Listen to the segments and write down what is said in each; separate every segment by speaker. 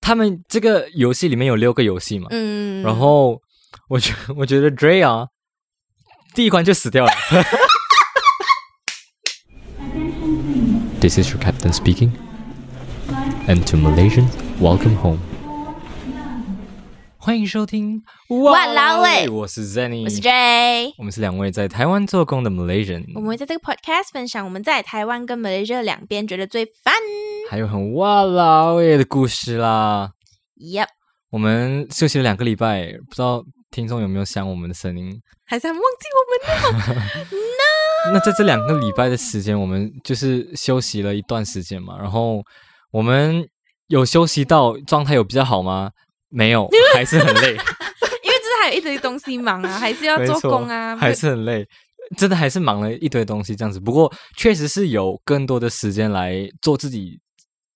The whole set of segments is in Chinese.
Speaker 1: 他们这个游戏里面有六个游戏嘛，
Speaker 2: 嗯，
Speaker 1: 然后我觉 我觉得 Dre 啊，第一关就死掉了。This is your captain speaking, and to Malaysians, welcome home. 欢迎收听
Speaker 2: 万郎嘞
Speaker 1: 我是 Zenny，
Speaker 2: 我是 J，
Speaker 1: 我们是两位在台湾做工的 Malaysian，
Speaker 2: 我们会在这个 podcast 分享我们在台湾跟 Malaysia 两边觉得最 fun。
Speaker 1: 还有很哇啦喂的故事啦。
Speaker 2: Yep，
Speaker 1: 我们休息了两个礼拜，不知道听众有没有想我们的声音？
Speaker 2: 还是很忘记我们
Speaker 1: 那在这两个礼拜的时间，我们就是休息了一段时间嘛。然后我们有休息到状态有比较好吗？没有，还是很累，
Speaker 2: 的， 因为就是还有一堆东西忙 啊，还是要
Speaker 1: 没
Speaker 2: 做
Speaker 1: 错
Speaker 2: 工啊，
Speaker 1: 还是很累。真的还是忙了一堆东西这样子，不过确实是有更多的时间来做自己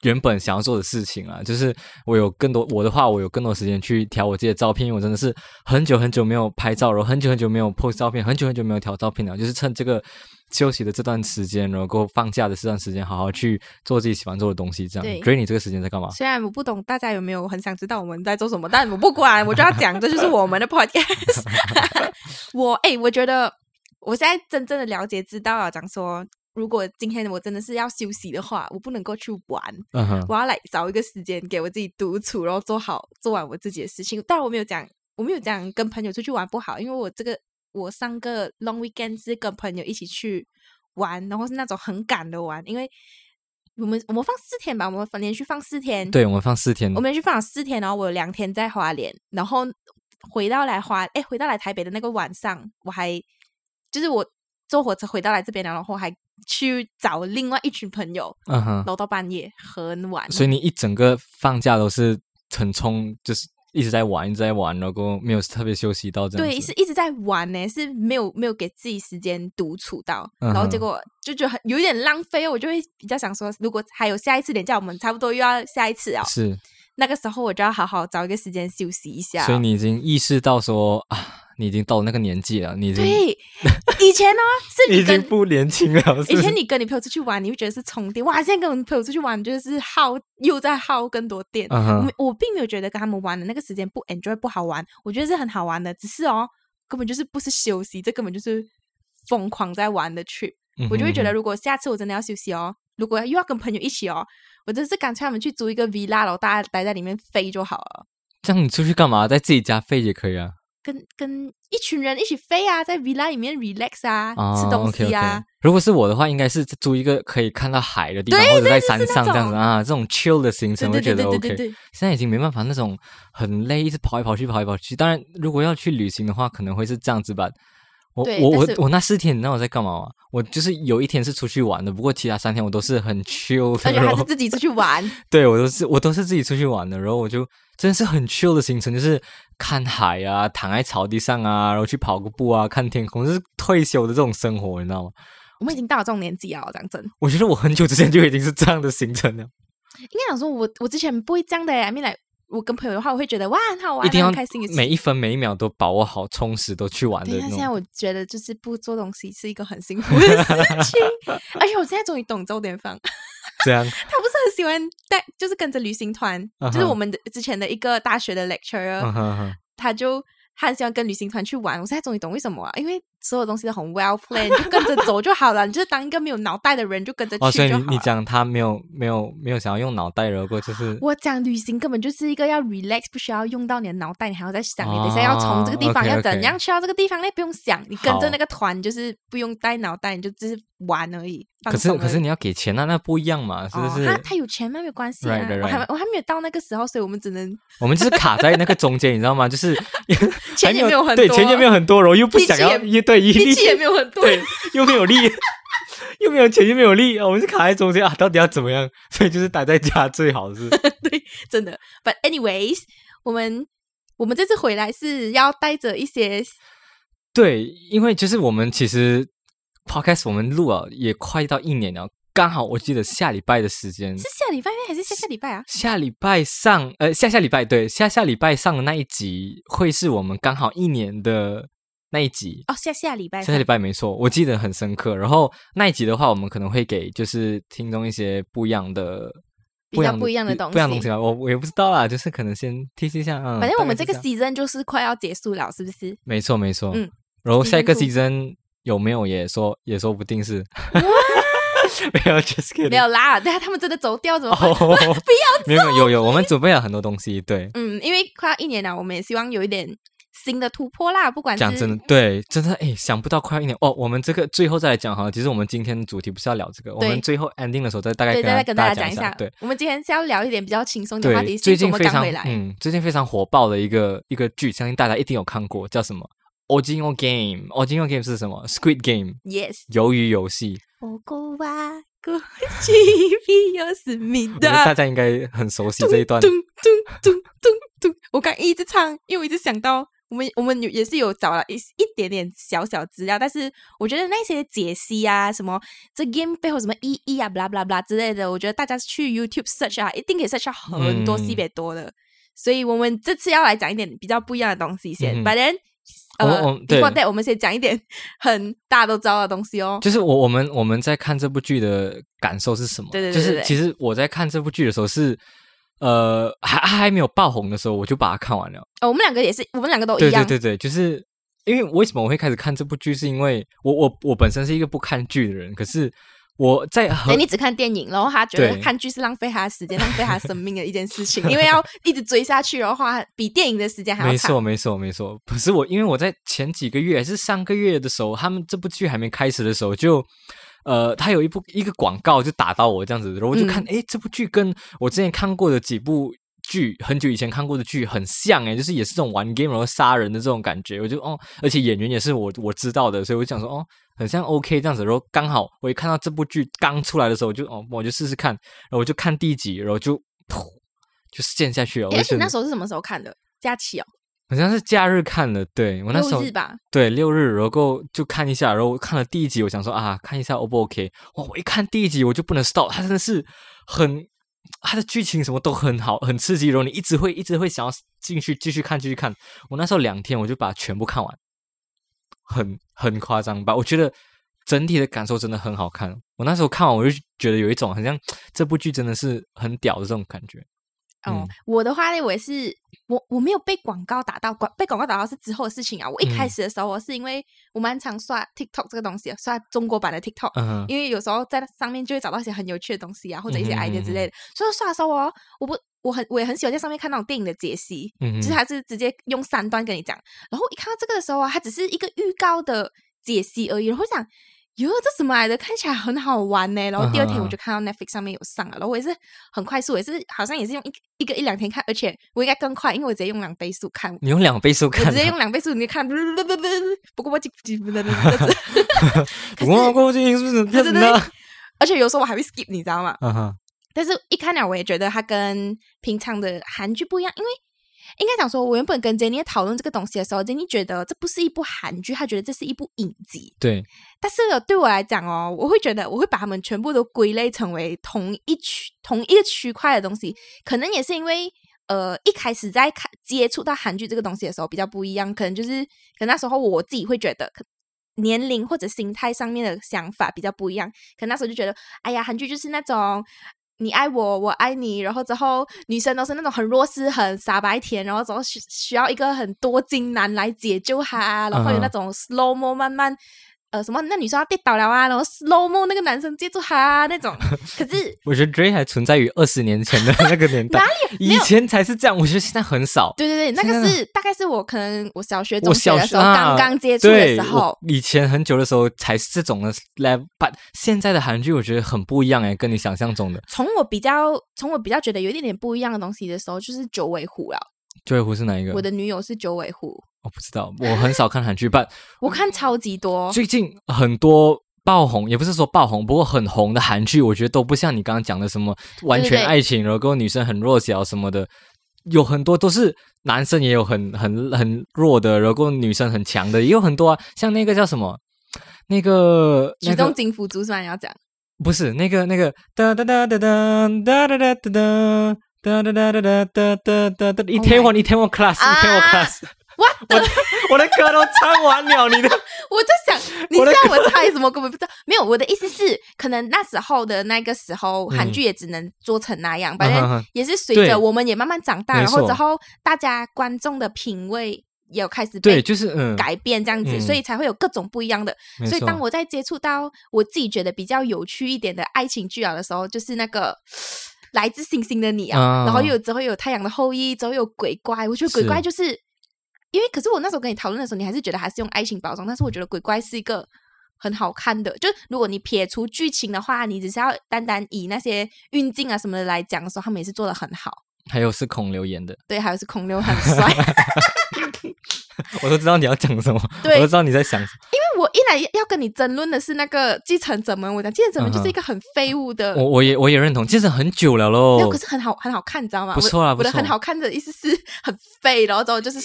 Speaker 1: 原本想要做的事情啊。就是我有更多我的话，我有更多时间去调我自己的照片，因为我真的是很久很久没有拍照，然后很久很久没有 post 照片，很久很久没有调照片了。就是趁这个休息的这段时间，然后过后放假的这段时间，好好去做自己喜欢做的东西。这样
Speaker 2: 对
Speaker 1: ，Dray，你这个时间在干嘛？
Speaker 2: 虽然我不懂大家有没有很想知道我们在做什么，但我不管，我就要讲，这就是我们的 podcast。我哎、我觉得我现在真正的了解知道了，讲说，如果今天我真的是要休息的话，我不能够去玩，
Speaker 1: 嗯哼，
Speaker 2: 我要来找一个时间给我自己独处，然后做好做完我自己的事情。当然我没有讲，我没有讲跟朋友出去玩不好，因为我这个我上个 long weekend 是跟朋友一起去玩，然后是那种很赶的玩，因为我们我们放四天吧，我们连续放四天，
Speaker 1: 对，我们放四天
Speaker 2: 我，们去放了四天，然后我有两天在花莲，然后回到来花，哎，回到来台北的那个晚上，我还就是我坐火车回到来这边，然后还去找另外一群朋友，
Speaker 1: 嗯哼，
Speaker 2: 聊到半夜很晚。
Speaker 1: 所以你一整个放假都是很冲，就是一直在玩，一直在玩，然后没有特别休息到这样
Speaker 2: 对，
Speaker 1: 子
Speaker 2: 是一直在玩呢、是没有没有给自己时间独处到，然后结
Speaker 1: 嗯哼
Speaker 2: 果就觉得很有点浪费哦。我就会比较想说，如果还有下一次连假，我们差不多又要下一次啊，
Speaker 1: 是，
Speaker 2: 那个时候我就要好好找一个时间休息一下。
Speaker 1: 所以你已经意识到说啊，你已经到了那个年纪了，你已经
Speaker 2: 哦对， 以前呢是
Speaker 1: 你
Speaker 2: 你
Speaker 1: 已经
Speaker 2: 跟
Speaker 1: 不年轻了，是不
Speaker 2: 以
Speaker 1: 是
Speaker 2: 前你跟你朋友出去玩，你会觉得是充电，哇！现在跟我朋友出去玩，就是耗又在耗更多电。
Speaker 1: 嗯哼
Speaker 2: 我没我并没有觉得跟他们玩的那个时间不 enjoy 不好玩，我觉得是很好玩的，只是哦，根本就是不是休息，这根本就是疯狂在玩的 trip。我就会觉得，
Speaker 1: 嗯哼
Speaker 2: 如果下次我真的要休息哦，如果又要跟朋友一起哦，我真是干脆他们去租一个 villa，然后大家待在里面飞就好了。
Speaker 1: 这样你出去干嘛？在自己家飞也可以啊。
Speaker 2: 跟跟一群人一起飞啊，在 villa 里面 relax 啊，
Speaker 1: 啊
Speaker 2: 吃东
Speaker 1: o
Speaker 2: 西
Speaker 1: k
Speaker 2: 啊
Speaker 1: o k 如果是我的话，应该是租一个可以看到海的地方，或者在山上
Speaker 2: 那
Speaker 1: 这样子啊，这种 chill 的行程，我
Speaker 2: 对
Speaker 1: 觉
Speaker 2: 对
Speaker 1: 得
Speaker 2: 对
Speaker 1: OK。
Speaker 2: 对对对，
Speaker 1: 现在已经没办法那种很累，一直跑来跑去，跑来跑去。当然，如果要去旅行的话，可能会是这样子吧。我
Speaker 2: 对
Speaker 1: 我我
Speaker 2: 但是
Speaker 1: 我那四天，你知道我在干嘛吗？我就是有一天是出去玩的，不过其他三天我都是很 chill 的
Speaker 2: 而且还
Speaker 1: 然
Speaker 2: 是
Speaker 1: 后
Speaker 2: 自己出去 玩。
Speaker 1: 对我都是我都是自己出去玩的，然后我就真的是很 chill 的行程，就是看海啊，躺在草地上啊，然后去跑个步啊，看天空，就是退休的这种生活，你知道吗？
Speaker 2: 我们已经到了这种年纪啊，讲真，
Speaker 1: 我觉得我很久之前就已经是这样的行程了，
Speaker 2: 应该讲说我我之前不会这样的，I mean 来，我跟朋友的话，我会觉得哇很好玩，
Speaker 1: 一定要
Speaker 2: 很开心。有
Speaker 1: 每一分每一秒都把握好，充实都去玩的
Speaker 2: 对，啊
Speaker 1: 那
Speaker 2: 但现在
Speaker 1: 种。
Speaker 2: 我觉得就是不做东西是一个很幸福的事情， 而且我现在终于懂周典芳，
Speaker 1: 这样，
Speaker 2: 他不是很喜欢带，就是跟着旅行团
Speaker 1: 嗯哼
Speaker 2: 就是我们的之前的一个大学的 lecturer，、
Speaker 1: 嗯哼 哼。
Speaker 2: 他就他很喜欢跟旅行团去玩。我现在终于懂为什么、啊，因为所有东西都很 well planned，就跟着走就好了。你就是当一个没有脑袋的人，就跟着
Speaker 1: 哦，
Speaker 2: 去
Speaker 1: 所以
Speaker 2: 就好
Speaker 1: 你
Speaker 2: 了。
Speaker 1: 你讲他没有没有没有想要用脑袋惹过，就是
Speaker 2: 我讲旅行根本就是一个要 relax，不需要用到你的脑袋，你还要在想你
Speaker 1: 哦
Speaker 2: 等一下要从这个地方
Speaker 1: OK，
Speaker 2: 要怎
Speaker 1: OK
Speaker 2: 样去到这个地方，那不用想，你跟
Speaker 1: 好
Speaker 2: 着那个团就是不用带脑袋，你就只是玩而已。
Speaker 1: 可
Speaker 2: 放
Speaker 1: 是
Speaker 2: 松
Speaker 1: 可
Speaker 2: 而
Speaker 1: 是
Speaker 2: 已
Speaker 1: 你要给钱啊，那不一样嘛，是不
Speaker 2: 哦
Speaker 1: 是？
Speaker 2: 他他有钱吗？没有关系啊
Speaker 1: Right, right,
Speaker 2: 我还
Speaker 1: right
Speaker 2: 我还没有到那个时候，所以 我们只能
Speaker 1: 我们就是卡在那个中间，你知道吗？就是 还
Speaker 2: 钱也没有很
Speaker 1: 对，
Speaker 2: 多
Speaker 1: 钱也没有很多，然后又不
Speaker 2: 力气
Speaker 1: 想要，
Speaker 2: 也
Speaker 1: 一对一
Speaker 2: 力气也
Speaker 1: 气
Speaker 2: 没有很多。
Speaker 1: 对，又没有力， 又没有钱，又没有力，我们是卡在中间啊，到底要怎么样？ 所以就是待在家最好是
Speaker 2: 真的。But anyways，我们我们这次回来是要带着一些
Speaker 1: 对，因为就是我们其实 podcast 我们录了也快到一年了，刚好我记得下礼拜的时间
Speaker 2: 是下礼拜还是下下礼拜啊？
Speaker 1: 下礼拜上，呃，下下礼拜对，下下礼拜上的那一集会是我们刚好一年的那一集，
Speaker 2: 哦，下下礼拜
Speaker 1: 下下礼拜没错，我记得很深刻。然后那一集的话，我们可能会给就是听众一些不一样的
Speaker 2: 比较
Speaker 1: 不
Speaker 2: 不一样的东
Speaker 1: 不一样东
Speaker 2: 西
Speaker 1: 西吧，我我也不知道啦，就是可能先提示一下，嗯，
Speaker 2: 反正我们
Speaker 1: 大
Speaker 2: 这
Speaker 1: 概
Speaker 2: 个
Speaker 1: 是样
Speaker 2: season 就是快要结束了，是不是？
Speaker 1: 没错没错，
Speaker 2: 嗯，
Speaker 1: 然后下一个
Speaker 2: season
Speaker 1: season 有没有也说也说不定是， 没有，just kidding，
Speaker 2: 没有啦， 但他们真的走掉怎么办？
Speaker 1: 哦，不要，没有没有有有，我们准备了很多东西，对，
Speaker 2: 嗯，因为快要一年了，我们也希望有一点新的突破啦。不管
Speaker 1: 讲
Speaker 2: 是
Speaker 1: 真的，对，真的哎，想不到快一年哦。我们这个最后再来讲哈，其实我们今天的主题不是要聊这个，我
Speaker 2: 对
Speaker 1: 们最后 ending 的时候再大概
Speaker 2: 对，再来跟大
Speaker 1: 大
Speaker 2: 家
Speaker 1: 家讲
Speaker 2: 一
Speaker 1: 下，
Speaker 2: 下。
Speaker 1: 对。
Speaker 2: 我们今天是要聊一点比较轻松的话
Speaker 1: 对，
Speaker 2: 题，
Speaker 1: 最
Speaker 2: 是
Speaker 1: 近
Speaker 2: 我们
Speaker 1: 非
Speaker 2: 刚
Speaker 1: 常
Speaker 2: 回来。
Speaker 1: 嗯，最近非常火爆的一个一个剧，相信大家一定有看过，叫什么《Original Game》。Original Game 是什么？Squid Game，
Speaker 2: Yes，
Speaker 1: 鱿鱼游戏。
Speaker 2: 我过哇过去 必有思 密
Speaker 1: 我觉得大
Speaker 2: 达。
Speaker 1: 家应该很熟悉这一段
Speaker 2: 咚。咚咚咚咚！我刚一直唱，因为我一直想到我们我们有也是有找了一一点点小小资料，但是我觉得那些解析啊，什么这 game 背后什么意义啊，blah blah blah 之类的，我觉得大家去 YouTube search 啊，一定可以 search 到很多
Speaker 1: 嗯
Speaker 2: 西北多的。所以我们这次要来讲一点比较不一样的东西先。
Speaker 1: 嗯哼
Speaker 2: But then，
Speaker 1: 我
Speaker 2: 呃
Speaker 1: 我
Speaker 2: ，before
Speaker 1: 对
Speaker 2: that，我们先讲一点 很大家都知道的东西哦。
Speaker 1: 就是我我们我们在看这部剧的感受是什么？
Speaker 2: 对对
Speaker 1: 就
Speaker 2: 对对
Speaker 1: 是
Speaker 2: 对
Speaker 1: 其实我在看这部剧的时候是，呃，还还没有爆红的时候，我就把它看完了。
Speaker 2: 呃，我们两个也是，我们两个都一
Speaker 1: 对
Speaker 2: 样
Speaker 1: 对。对对，就是因为为什么我会开始看这部剧，是因为我我我本身是一个不看剧的人，可是我在
Speaker 2: 对
Speaker 1: 很
Speaker 2: 你只看电影，然后他觉得
Speaker 1: 对
Speaker 2: 看剧是浪费他的时间、浪费他生命的一件事情， 因为要一直追下去的话，比电影的时间还要
Speaker 1: 没
Speaker 2: 长。
Speaker 1: 错没错没错，可是我因为我在前几个月还是上个月的时候，他们这部剧还没开始的时候就。呃，他有一部一个广告就打到我这样子，然后我就看，
Speaker 2: 嗯
Speaker 1: 诶，这部剧跟我之前看过的几部剧，很久以前看过的剧很像，诶，就是也是这种玩 game 然后杀人的这种感觉，我就哦，而且演员也是我我知道的，所以我就想说，哦，很像 OK 这样子。然后刚好我一看到这部剧刚出来的时候，我就哦，我就试试看，然后我就看第一集，然后就噗就陷下去了。我
Speaker 2: 诶
Speaker 1: 就
Speaker 2: 而且
Speaker 1: 觉得
Speaker 2: 那时候是什么时候看的？假期哦，
Speaker 1: 好像是假日看的，对我那时
Speaker 2: 六
Speaker 1: 候
Speaker 2: 日吧。
Speaker 1: 对六日，然后就看一下，然后看了第一集，我想说啊，看一下 O 不 OK？哇，我一看第一集我就不能 stop，它真的是很它的剧情什么都很好，很刺激，然后你一直会一直会想要进去继续看继续看。我那时候两天我就把它全部看完，很很夸张吧？我觉得整体的感受真的很好看。我那时候看完我就觉得有一种好像这部剧真的是很屌的这种感觉。
Speaker 2: 哦，
Speaker 1: 嗯
Speaker 2: 我的话呢，我也是，我我没有被广告打到，广被广告打到是之后的事情啊。我一开
Speaker 1: 嗯
Speaker 2: 始的时候，我是因为我蛮常刷 TikTok 这个东西的，刷中国版的 TikTok，
Speaker 1: 嗯哼，
Speaker 2: 因为有时候在那上面就会找到一些很有趣的东西啊，或者一些
Speaker 1: 嗯哼
Speaker 2: idea 之类的。所以刷的时候哦，我不我很我也很喜欢在上面看那种电影的解析，
Speaker 1: 嗯哼
Speaker 2: 就是它是直接用三段跟你讲。然后一看到这个的时候啊，它只是一个预告的解析而已，然后我想。哟，这什么来的？看起来很好玩呢。然后第二天
Speaker 1: 嗯哼
Speaker 2: 我就看到 Netflix 上面有上了，然后我也是很快速，我也是好像也是用一一个一两天看，而且我应该更快，因为我直接用两倍速看，
Speaker 1: 你用两倍速
Speaker 2: 我
Speaker 1: 看
Speaker 2: 直接
Speaker 1: 啊。
Speaker 2: 用两倍速，你就看，不过我几几不能，
Speaker 1: 我过去是不是骗
Speaker 2: 对对
Speaker 1: 人啊
Speaker 2: 对
Speaker 1: 的？，
Speaker 2: 而且有时候我还会 skip，你知道吗？
Speaker 1: 嗯哼，
Speaker 2: 但是一看了，我也觉得它跟平常的韩剧不一样，因为应该讲说，我原本跟 Jenny 讨论这个东西的时候，Jenny 觉得这不是一部韩剧，她觉得这是一部影集。
Speaker 1: 对，
Speaker 2: 但是对我来讲哦，我会觉得我会把它们全部都归类成为同一区同一个区块的东西，可能也是因为。呃，一开始在看接触到韩剧这个东西的时候比较不一样，可能就是可能那时候我自己会觉得，可年龄或者心态上面的想法比较不一样，可能那时候就觉得，哎呀，韩剧就是那种你爱我，我爱你，然后之后女生都是那种很弱势、很傻白甜，然后之后需需要一个很多金男来解救她啊，然后有
Speaker 1: 嗯哼
Speaker 2: 那种 slow mo 慢慢。呃，什么？那女生要跌倒了啊，然后 slow mo 那个男生接住她、啊、那种。可是，
Speaker 1: 我觉得 Dre 还存在于二十年前的那个年代，
Speaker 2: 哪
Speaker 1: 里 以前才是这样，我觉得现在很少。
Speaker 2: 对对对，那
Speaker 1: 现
Speaker 2: 个
Speaker 1: 在
Speaker 2: 是大概是我可能我小学、中
Speaker 1: 我
Speaker 2: 学
Speaker 1: 小
Speaker 2: 的
Speaker 1: 学
Speaker 2: 时候、
Speaker 1: 啊
Speaker 2: 刚刚接触的
Speaker 1: 对
Speaker 2: 时候
Speaker 1: 我，以前很久的时候才是这种的 level，但现在的韩剧我觉得很不一样哎，跟你想象中的。
Speaker 2: 从我比较从我比较觉得有一点点不一样的东西的时候，就是九尾狐了。
Speaker 1: 九尾狐是哪一个？
Speaker 2: 我的女友是九尾狐，
Speaker 1: 我不知道，我很少看韩剧，但
Speaker 2: 我看超级多。
Speaker 1: 最近很多爆红，也不是说爆红，不过很红的韩剧，我觉得都不像你刚刚讲的什么完
Speaker 2: 对
Speaker 1: 全
Speaker 2: 对
Speaker 1: 爱情，然后跟女生很弱小什么的，有很多都是男生也有很很很弱的，然后女生很强的，也有很多啊，像那个叫什么，那个
Speaker 2: 举
Speaker 1: 那
Speaker 2: 重
Speaker 1: 个
Speaker 2: 金福珠算要讲，
Speaker 1: 不是那个那个哒哒哒哒哒哒哒哒哒哒。哒哒哒哒哒哒哒哒哒！一
Speaker 2: Oh
Speaker 1: 天
Speaker 2: my- Ah！
Speaker 1: one，一天 one class，一天 one
Speaker 2: 啊
Speaker 1: class，
Speaker 2: What
Speaker 1: 我的我的歌都唱完了，你的
Speaker 2: 我我在 想，你
Speaker 1: 我的
Speaker 2: 让我猜什么？根本不知道。没有，我的意思是，可能那时候的那个时候，韩
Speaker 1: 嗯
Speaker 2: 剧也只能做成那样。
Speaker 1: 嗯
Speaker 2: 反
Speaker 1: 哼
Speaker 2: 正
Speaker 1: 哼
Speaker 2: 也是随
Speaker 1: 对
Speaker 2: 着我们也慢慢长大，
Speaker 1: 没
Speaker 2: 然后之
Speaker 1: 错
Speaker 2: 后大家观众的品味也有开始
Speaker 1: 对，
Speaker 2: 被
Speaker 1: 就是嗯，
Speaker 2: 改变，这样子，
Speaker 1: 嗯
Speaker 2: 所以才会有各种不一样的。
Speaker 1: 没
Speaker 2: 所以
Speaker 1: 错
Speaker 2: 当我在接触到我自己觉得比较有趣一点的爱情剧啊的时候，就是那个来自星星的你啊，
Speaker 1: 啊
Speaker 2: 然后又有之后又有太阳的后裔，之后又有鬼怪，我觉得鬼
Speaker 1: 是
Speaker 2: 怪就是因为，可是我那时候跟你讨论的时候，你还是觉得还是用爱情包装，但是我觉得鬼怪是一个。很好看的，就是如果你撇除剧情的话，你只是要单单以那些运镜啊什么的来讲的时候，他们也是做的很好。
Speaker 1: 还有是孔刘演的，
Speaker 2: 对，还有是孔刘很帅，
Speaker 1: 我都知道你要讲什么，
Speaker 2: 对
Speaker 1: 我都知道你在想什么。
Speaker 2: 因为我一来要跟你争论的是那个继承者们，我讲继承者们就是一个很废物的，
Speaker 1: 嗯我我也我也认同，其实很久了喽
Speaker 2: 呃没有，。可是很好很好看，你知道吗？
Speaker 1: 哦不错啊
Speaker 2: 我的我的
Speaker 1: 不错
Speaker 2: 很好看的意思是很废，然后之后就是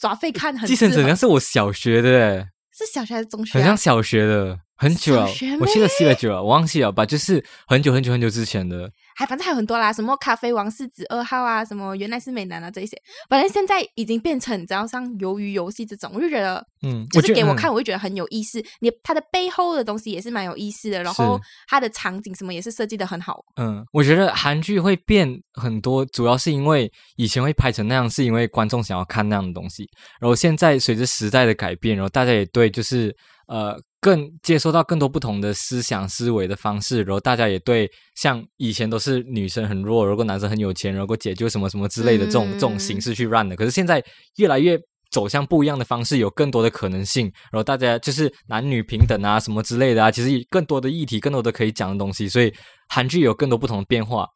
Speaker 2: 耍废看，很
Speaker 1: 继承者好
Speaker 2: 适合
Speaker 1: 像是我小学的，欸
Speaker 2: 是小学还是中学、
Speaker 1: 很
Speaker 2: 啊
Speaker 1: 像？小学的，很久了
Speaker 2: 小学，
Speaker 1: 我记得是有久了，我忘记了吧？就是很久很久很久之前的，
Speaker 2: 还反正还有很多啦，什么咖啡王世子二号啊，什么原来是美男啊这一些，反正现在已经变成你知道像鱿鱼游戏这种，我就觉得
Speaker 1: 嗯，
Speaker 2: 就是
Speaker 1: 觉得
Speaker 2: 给我
Speaker 1: 嗯
Speaker 2: 看，我就觉得很有意思。你它的背后的东西也是蛮有意思的，然后
Speaker 1: 是
Speaker 2: 它的场景什么也是设计的很好。
Speaker 1: 嗯，我觉得韩剧会变很多，主要是因为以前会拍成那样，是因为观众想要看那样的东西。然后现在随着时代的改变，然后大家也对就是呃更接收到更多不同的思想思维的方式，然后大家也对像以前都是女生很弱，如果男生很有钱，然后解救什么什么之类的这种、这种形
Speaker 2: 嗯
Speaker 1: 式去 run 的。可是现在越来越。走向不一样的方式，有更多的可能性，然后大家就是男女平等啊，什么之类的啊，其实有更多的议题，更多的可以讲的东西，所以韩剧有更多不同的变化。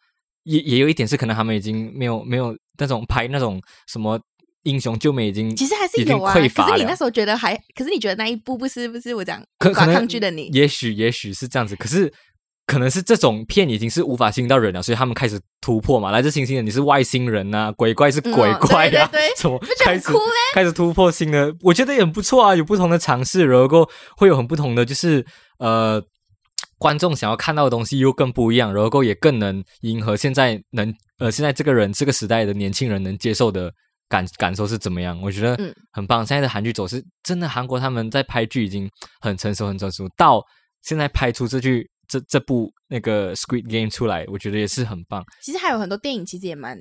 Speaker 1: 也也有一点是，可能他们已经没有没有那种拍那种什么英雄救美已经
Speaker 2: 其实还是
Speaker 1: 已经
Speaker 2: 有啊，
Speaker 1: 匮
Speaker 2: 可
Speaker 1: 乏
Speaker 2: 是你那
Speaker 1: 了。
Speaker 2: 时候觉得还，可是你觉得那一部不是不是我讲
Speaker 1: 可
Speaker 2: 无
Speaker 1: 可
Speaker 2: 法
Speaker 1: 能
Speaker 2: 抗拒的你，
Speaker 1: 也许也许是这样子，可是可能是这种片已经是无法吸引到人了，所以他们开始突破嘛。来自星星的你是外星人呐、鬼怪是
Speaker 2: 嗯
Speaker 1: 鬼怪啊，
Speaker 2: 对对对
Speaker 1: 什么
Speaker 2: 不觉得
Speaker 1: 开
Speaker 2: 很
Speaker 1: 始
Speaker 2: 酷嘞？
Speaker 1: 开始突破新的，我觉得也很不错啊，有不同的尝试，然后会有很不同的，就是呃，观众想要看到的东西又更不一样，然后也更能迎合现在能呃现在这个人这个时代的年轻人能接受的感感受是怎么样？我觉得
Speaker 2: 嗯
Speaker 1: 很棒。现在的韩剧走势真的，韩国他们在拍剧已经很成熟，很成熟，到现在拍出这句这这部那个《Squid Game》出来，我觉得也是很棒。
Speaker 2: 其实还有很多电影，其实也蛮，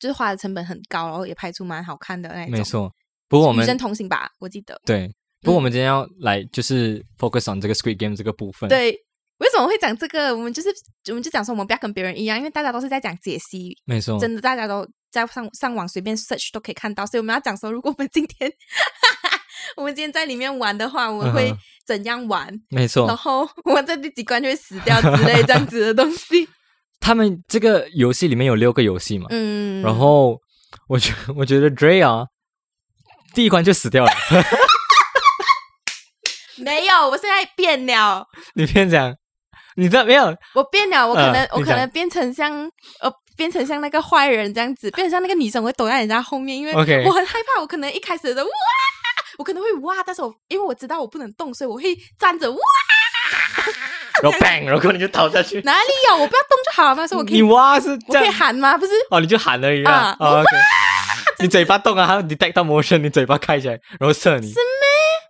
Speaker 2: 就是花的成本很高，然后也拍出蛮好看的那一哎种。
Speaker 1: 没，错，不过我们
Speaker 2: 与。生同行吧，我记得。
Speaker 1: 对，不
Speaker 2: 嗯
Speaker 1: 过我们今天要来就是 focus on 这个 Squid Game 这个部分。，
Speaker 2: 对，为什么会讲这个？我们就是我们就讲说我们不要跟别人一样，因为大家都是在讲解析，
Speaker 1: 没错，
Speaker 2: 真的大家都在上上网随便 search 都可以看到，所以我们要讲说，如果我们今天 我们今天在里面玩的话，我们会
Speaker 1: 嗯哼哦
Speaker 2: 怎样玩？
Speaker 1: 没
Speaker 2: 然
Speaker 1: 错。
Speaker 2: 后我们在第几关就会死掉之类这样子的东西。
Speaker 1: 他们这个游戏里面有六个游戏嘛，
Speaker 2: 嗯，
Speaker 1: 然后我觉 我觉得 Dre 啊，第一关就死掉了。
Speaker 2: 没有，我现在变了，
Speaker 1: 你别讲，你知道没有？
Speaker 2: 我变了，我可能、
Speaker 1: 呃
Speaker 2: 我
Speaker 1: 你
Speaker 2: 可
Speaker 1: 讲
Speaker 2: 能变成像呃，变成像那个坏人这样子，变成像那个女生，我会躲在人家后面，因为
Speaker 1: OK
Speaker 2: 我很害怕，我可能一开始的哇，我可能会哇，但是我因为我知道我不能动，所以我会站着哇，
Speaker 1: 然后 bang，然后你就倒下去。
Speaker 2: 哪里有我不要动就好了嘛，所以我可
Speaker 1: 你
Speaker 2: 以
Speaker 1: 哇是
Speaker 2: 我
Speaker 1: 这
Speaker 2: 可以
Speaker 1: 样
Speaker 2: 喊吗？不是，
Speaker 1: 哦，你就喊而已啊
Speaker 2: 啊。
Speaker 1: 哦 OK，你嘴巴动啊， 还有 detect 到 motion，你嘴巴开起来，然后射你。是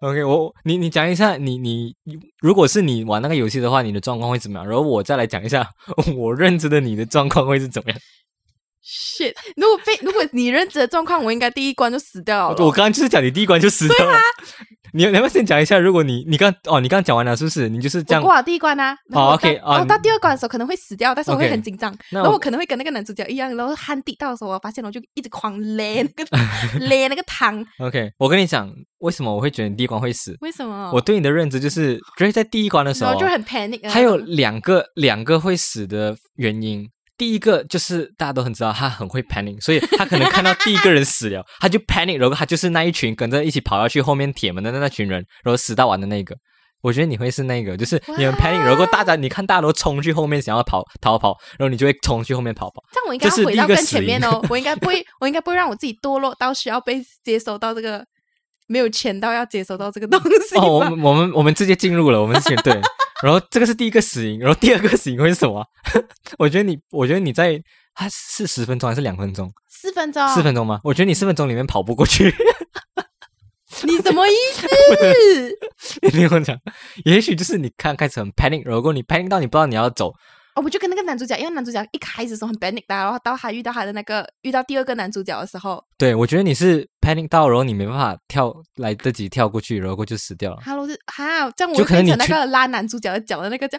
Speaker 1: OK，我你你讲一下，你你如果是你玩那个游戏的话，你的状况会怎么样？然后我再来讲一下 我认知的你的状况会是怎么样。
Speaker 2: shit，如果被如果你认知的状况，我应该第一关就死掉了咯。
Speaker 1: 我刚刚就是讲你第一关就死掉
Speaker 2: 啊
Speaker 1: 了。你你要不要先讲一下？如果你你刚哦，你刚讲完了是不是？你就是这
Speaker 2: 我
Speaker 1: 样
Speaker 2: 过好第一关啊，然后
Speaker 1: 哦
Speaker 2: 我到
Speaker 1: OK，啊
Speaker 2: 我到第二关的时候可能会死掉，但是我会
Speaker 1: OK
Speaker 2: 很紧张，
Speaker 1: 那
Speaker 2: 然后
Speaker 1: 我
Speaker 2: 我可能会跟那个男主角一样，然后汗滴到的时候，我发现我就一直狂勒那个 勒那个汤，
Speaker 1: OK？我跟你讲，为什么我会觉得你第一关会死？
Speaker 2: 为什么？
Speaker 1: 我对你的认知就是，就是在第一关的时
Speaker 2: 哦然
Speaker 1: 候
Speaker 2: 后就很 panic 啊。
Speaker 1: 还有两个两个会死的原因。第一个就是大家都很知道他很会 panic，所以他可能看到第一个人死了，他就 panic，然后他就是那一群跟着一起跑下去后面铁门的那群人，然后死到完的那个。我觉得你会是那个，就是你们 panic，然后大家你看大家都冲去后面想要跑逃跑，然后你就会冲去后面跑跑。
Speaker 2: 这样我应该要
Speaker 1: 这是
Speaker 2: 回
Speaker 1: 第
Speaker 2: 到
Speaker 1: 一个
Speaker 2: 更
Speaker 1: 死
Speaker 2: 前
Speaker 1: 因
Speaker 2: 面哦，我应该不会，我应该不会让我自己堕落到需要被接收到这个没有钱到要接收到这个东西吧。
Speaker 1: 哦，我们我们我们直接进入了，我们是选对。然后这个是第一个死因，然后第二个死因会是什么啊？ 我觉得你，我觉得你在他是十分钟还是两分钟？
Speaker 2: 四分钟，
Speaker 1: 四分钟吗？我觉得你四分钟里面跑不过去，
Speaker 2: 你什么意 思？
Speaker 1: 你听我讲，也许就是你看开始很 panic，如果你 panic 到你不知道你要走，
Speaker 2: 哦，我就跟那个男主角，因为男主角一开始的时候很 panic 的啊，然后到他遇到他的那个遇到第二个男主角的时候
Speaker 1: 对我觉得你是 panic 到，然后你没办法跳来得及跳过去，然后过去就死掉了。
Speaker 2: 哈喽，是哈，这样我
Speaker 1: 哦就
Speaker 2: 就
Speaker 1: 可能
Speaker 2: 变
Speaker 1: 你
Speaker 2: 成那
Speaker 1: 去
Speaker 2: 个拉男主角的脚的那个 叫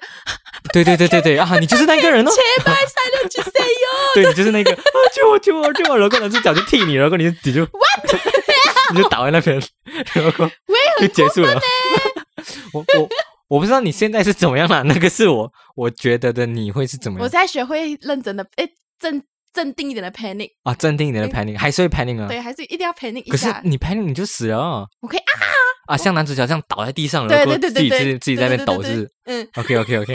Speaker 1: 对对对对对啊，你就是那个 人哦，
Speaker 2: 切拜塞勒去 say 哟，
Speaker 1: 对你就是那个啊，救我救我救我！然后过来就脚就踢你，然后你就你就 你就倒在那边，然后就结束了。 我我我不知道你现在是怎么样啦，那个是我我觉得的你会是怎么
Speaker 2: 我
Speaker 1: 样
Speaker 2: 现在学会认真的，哎，镇镇定一点的 panic，
Speaker 1: 啊？镇定一点的 panic，还是会 panic 啊？
Speaker 2: 对，还是一定要 panic 一
Speaker 1: 可是
Speaker 2: 下。
Speaker 1: 你 panic 你就死了啊
Speaker 2: 我可以
Speaker 1: 啊！像男主角这样倒在地上，
Speaker 2: 对
Speaker 1: 然后
Speaker 2: 对对
Speaker 1: 自己
Speaker 2: 对
Speaker 1: 自
Speaker 2: 对，
Speaker 1: 己自己在那边抖，
Speaker 2: 对
Speaker 1: 是不
Speaker 2: 对对
Speaker 1: 是
Speaker 2: 对嗯，
Speaker 1: OK OK OK。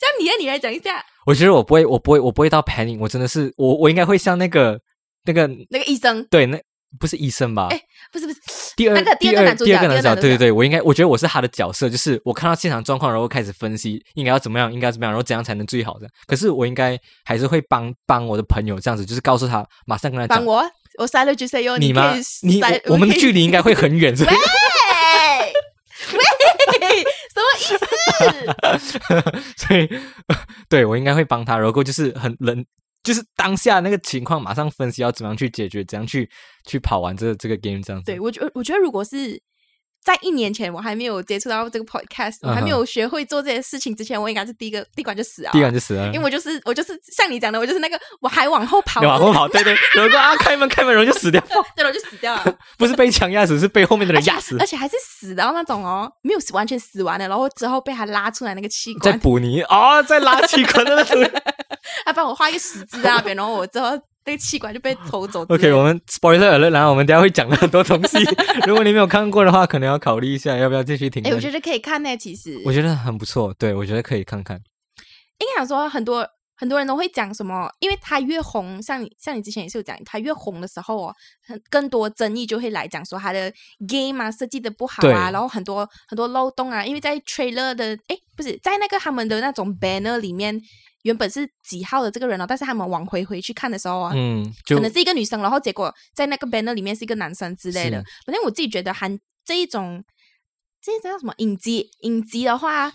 Speaker 2: 这样你啊来你来讲一下，
Speaker 1: 我觉得我不会，我不会，我不会到 panic，我真的是我我应该会像那个那个
Speaker 2: 那个医生
Speaker 1: 对那。不是医生吧？
Speaker 2: 哎不是不是，
Speaker 1: 第二
Speaker 2: 那个第
Speaker 1: 第
Speaker 2: 二个男主角
Speaker 1: 第二个男
Speaker 2: 第二个男主角
Speaker 1: 对对对，我应该我觉得我是他的角色，就是我看到现场状况，然后开始分析应该要怎么样，应该要怎么样，然后怎样才能最好的。可是我应该还是会帮帮我的朋友这样子，就是告诉他，马上跟他
Speaker 2: 帮
Speaker 1: 讲，
Speaker 2: 我我塞勒去 say 哟，
Speaker 1: 你吗
Speaker 2: 可以？
Speaker 1: 你
Speaker 2: 塞
Speaker 1: 我我们的
Speaker 2: 可以
Speaker 1: 距离应该会很远，是吧？
Speaker 2: 喂喂，什么意思？
Speaker 1: 所以，对我应该会帮他，然后就是很冷，就是当下那个情况马上分析要怎么样去解决，怎样去去跑完这这个 game 这样子。
Speaker 2: 对我觉得，我觉得如果是在一年前，我还没有接触到这个 podcast，、我还没
Speaker 1: 嗯哼
Speaker 2: 有学会做这些事情之前，我应该是第一个第一关就死啊
Speaker 1: 第一。感就死了，
Speaker 2: 因为我就是我就是像你讲的，我就是那个我还往后跑，
Speaker 1: 你 往后跑，对对，然后啊开门开门，然后就死掉，
Speaker 2: 对了，我就死掉 了，
Speaker 1: 不是被枪压死，是被后面的人压死
Speaker 2: 而，且还是死到那种哦，没有死完全死完了，然后之后被他拉出来那个器
Speaker 1: 再
Speaker 2: 官，
Speaker 1: 补你啊，再拉起可能。
Speaker 2: 他帮我画一个十字在那边，然后我之后那个器官就被抽走之类的。
Speaker 1: OK，我们 spoiler alert，然后我们等一下会讲到很多东西， 如果你没有看过的话，可能要考虑一下要不要继续听下
Speaker 2: 哎、
Speaker 1: 去。
Speaker 2: 我觉得可以看呢、其实
Speaker 1: 我觉得很不错，对我觉得可以看看。
Speaker 2: 应该想说很多很多人都会讲什么，因为他越红，像你像你之前也是有讲，他越红的时候哦，很更多争议就会来讲说他的 game 啊设计的不好
Speaker 1: 对
Speaker 2: 啊，然后很多很多漏洞啊，因为在 trailer 的诶，不是在那个他们的那种 banner 里面，原本是几号的这个人哦，但是他们往回回去看的时候啊。
Speaker 1: 嗯，就
Speaker 2: 可能是一个女生，然后结果在那个 banner 里面是一个男生之类的
Speaker 1: 是。
Speaker 2: 反正我自己觉得韩这一种，这一种叫什么影集？影集的话，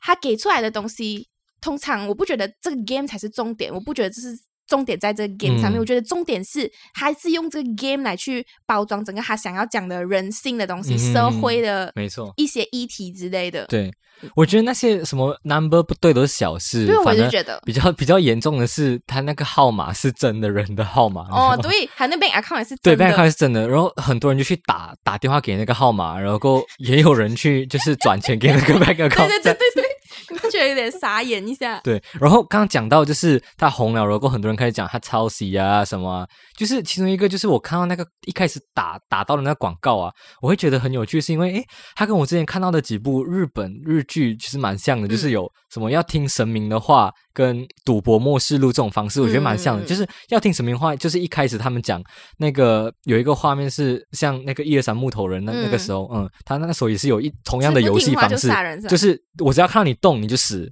Speaker 2: 他给出来的东西，通常我不觉得这个 game 才是重点，我不觉得这是重点在这个 game 上面。
Speaker 1: 嗯
Speaker 2: 我觉得重点是还是用这个 game 来去包装整个他想要讲的人性的东西、
Speaker 1: 嗯哼
Speaker 2: 社会的
Speaker 1: 没错。
Speaker 2: 一些议题之类的。
Speaker 1: 对，我觉得那些什么 number 不对都是小事，
Speaker 2: 嗯对我
Speaker 1: 反
Speaker 2: 就
Speaker 1: 正
Speaker 2: 觉得
Speaker 1: 比较比较严重的是，他那个号码是真的人的号码
Speaker 2: 哦，
Speaker 1: 你知道吗
Speaker 2: 对，他那边 account 也是
Speaker 1: 对
Speaker 2: 真
Speaker 1: ，bank
Speaker 2: 的
Speaker 1: account 是真的，然后很多人就去打打电话给那个号码，然后也有人去就是转钱给那个 bank
Speaker 2: 对
Speaker 1: account，
Speaker 2: 对对对 对，你不觉得有点傻眼一下？
Speaker 1: 对，然后刚刚讲到就是他红了，然后很多人开始讲他抄袭啊什么啊，就是其中一个就是我看到那个一开始打打到的那个广告啊，我会觉得很有趣，是因为诶，他跟我之前看到的几部日本日剧其实蛮像的，
Speaker 2: 嗯
Speaker 1: 就是有什么要听神明的话跟赌博末世录这种方式，我觉得蛮像的，
Speaker 2: 嗯嗯嗯
Speaker 1: 就是要听神明话，就是一开始他们讲那个有一个画面是像那个一二三木头人那、那个时候，嗯，他那个时候也是有一同样的
Speaker 2: 是不
Speaker 1: 游
Speaker 2: 听
Speaker 1: 戏
Speaker 2: 话
Speaker 1: 方
Speaker 2: 就
Speaker 1: 式
Speaker 2: 杀人是吧
Speaker 1: 就是我只要看到你动你就死。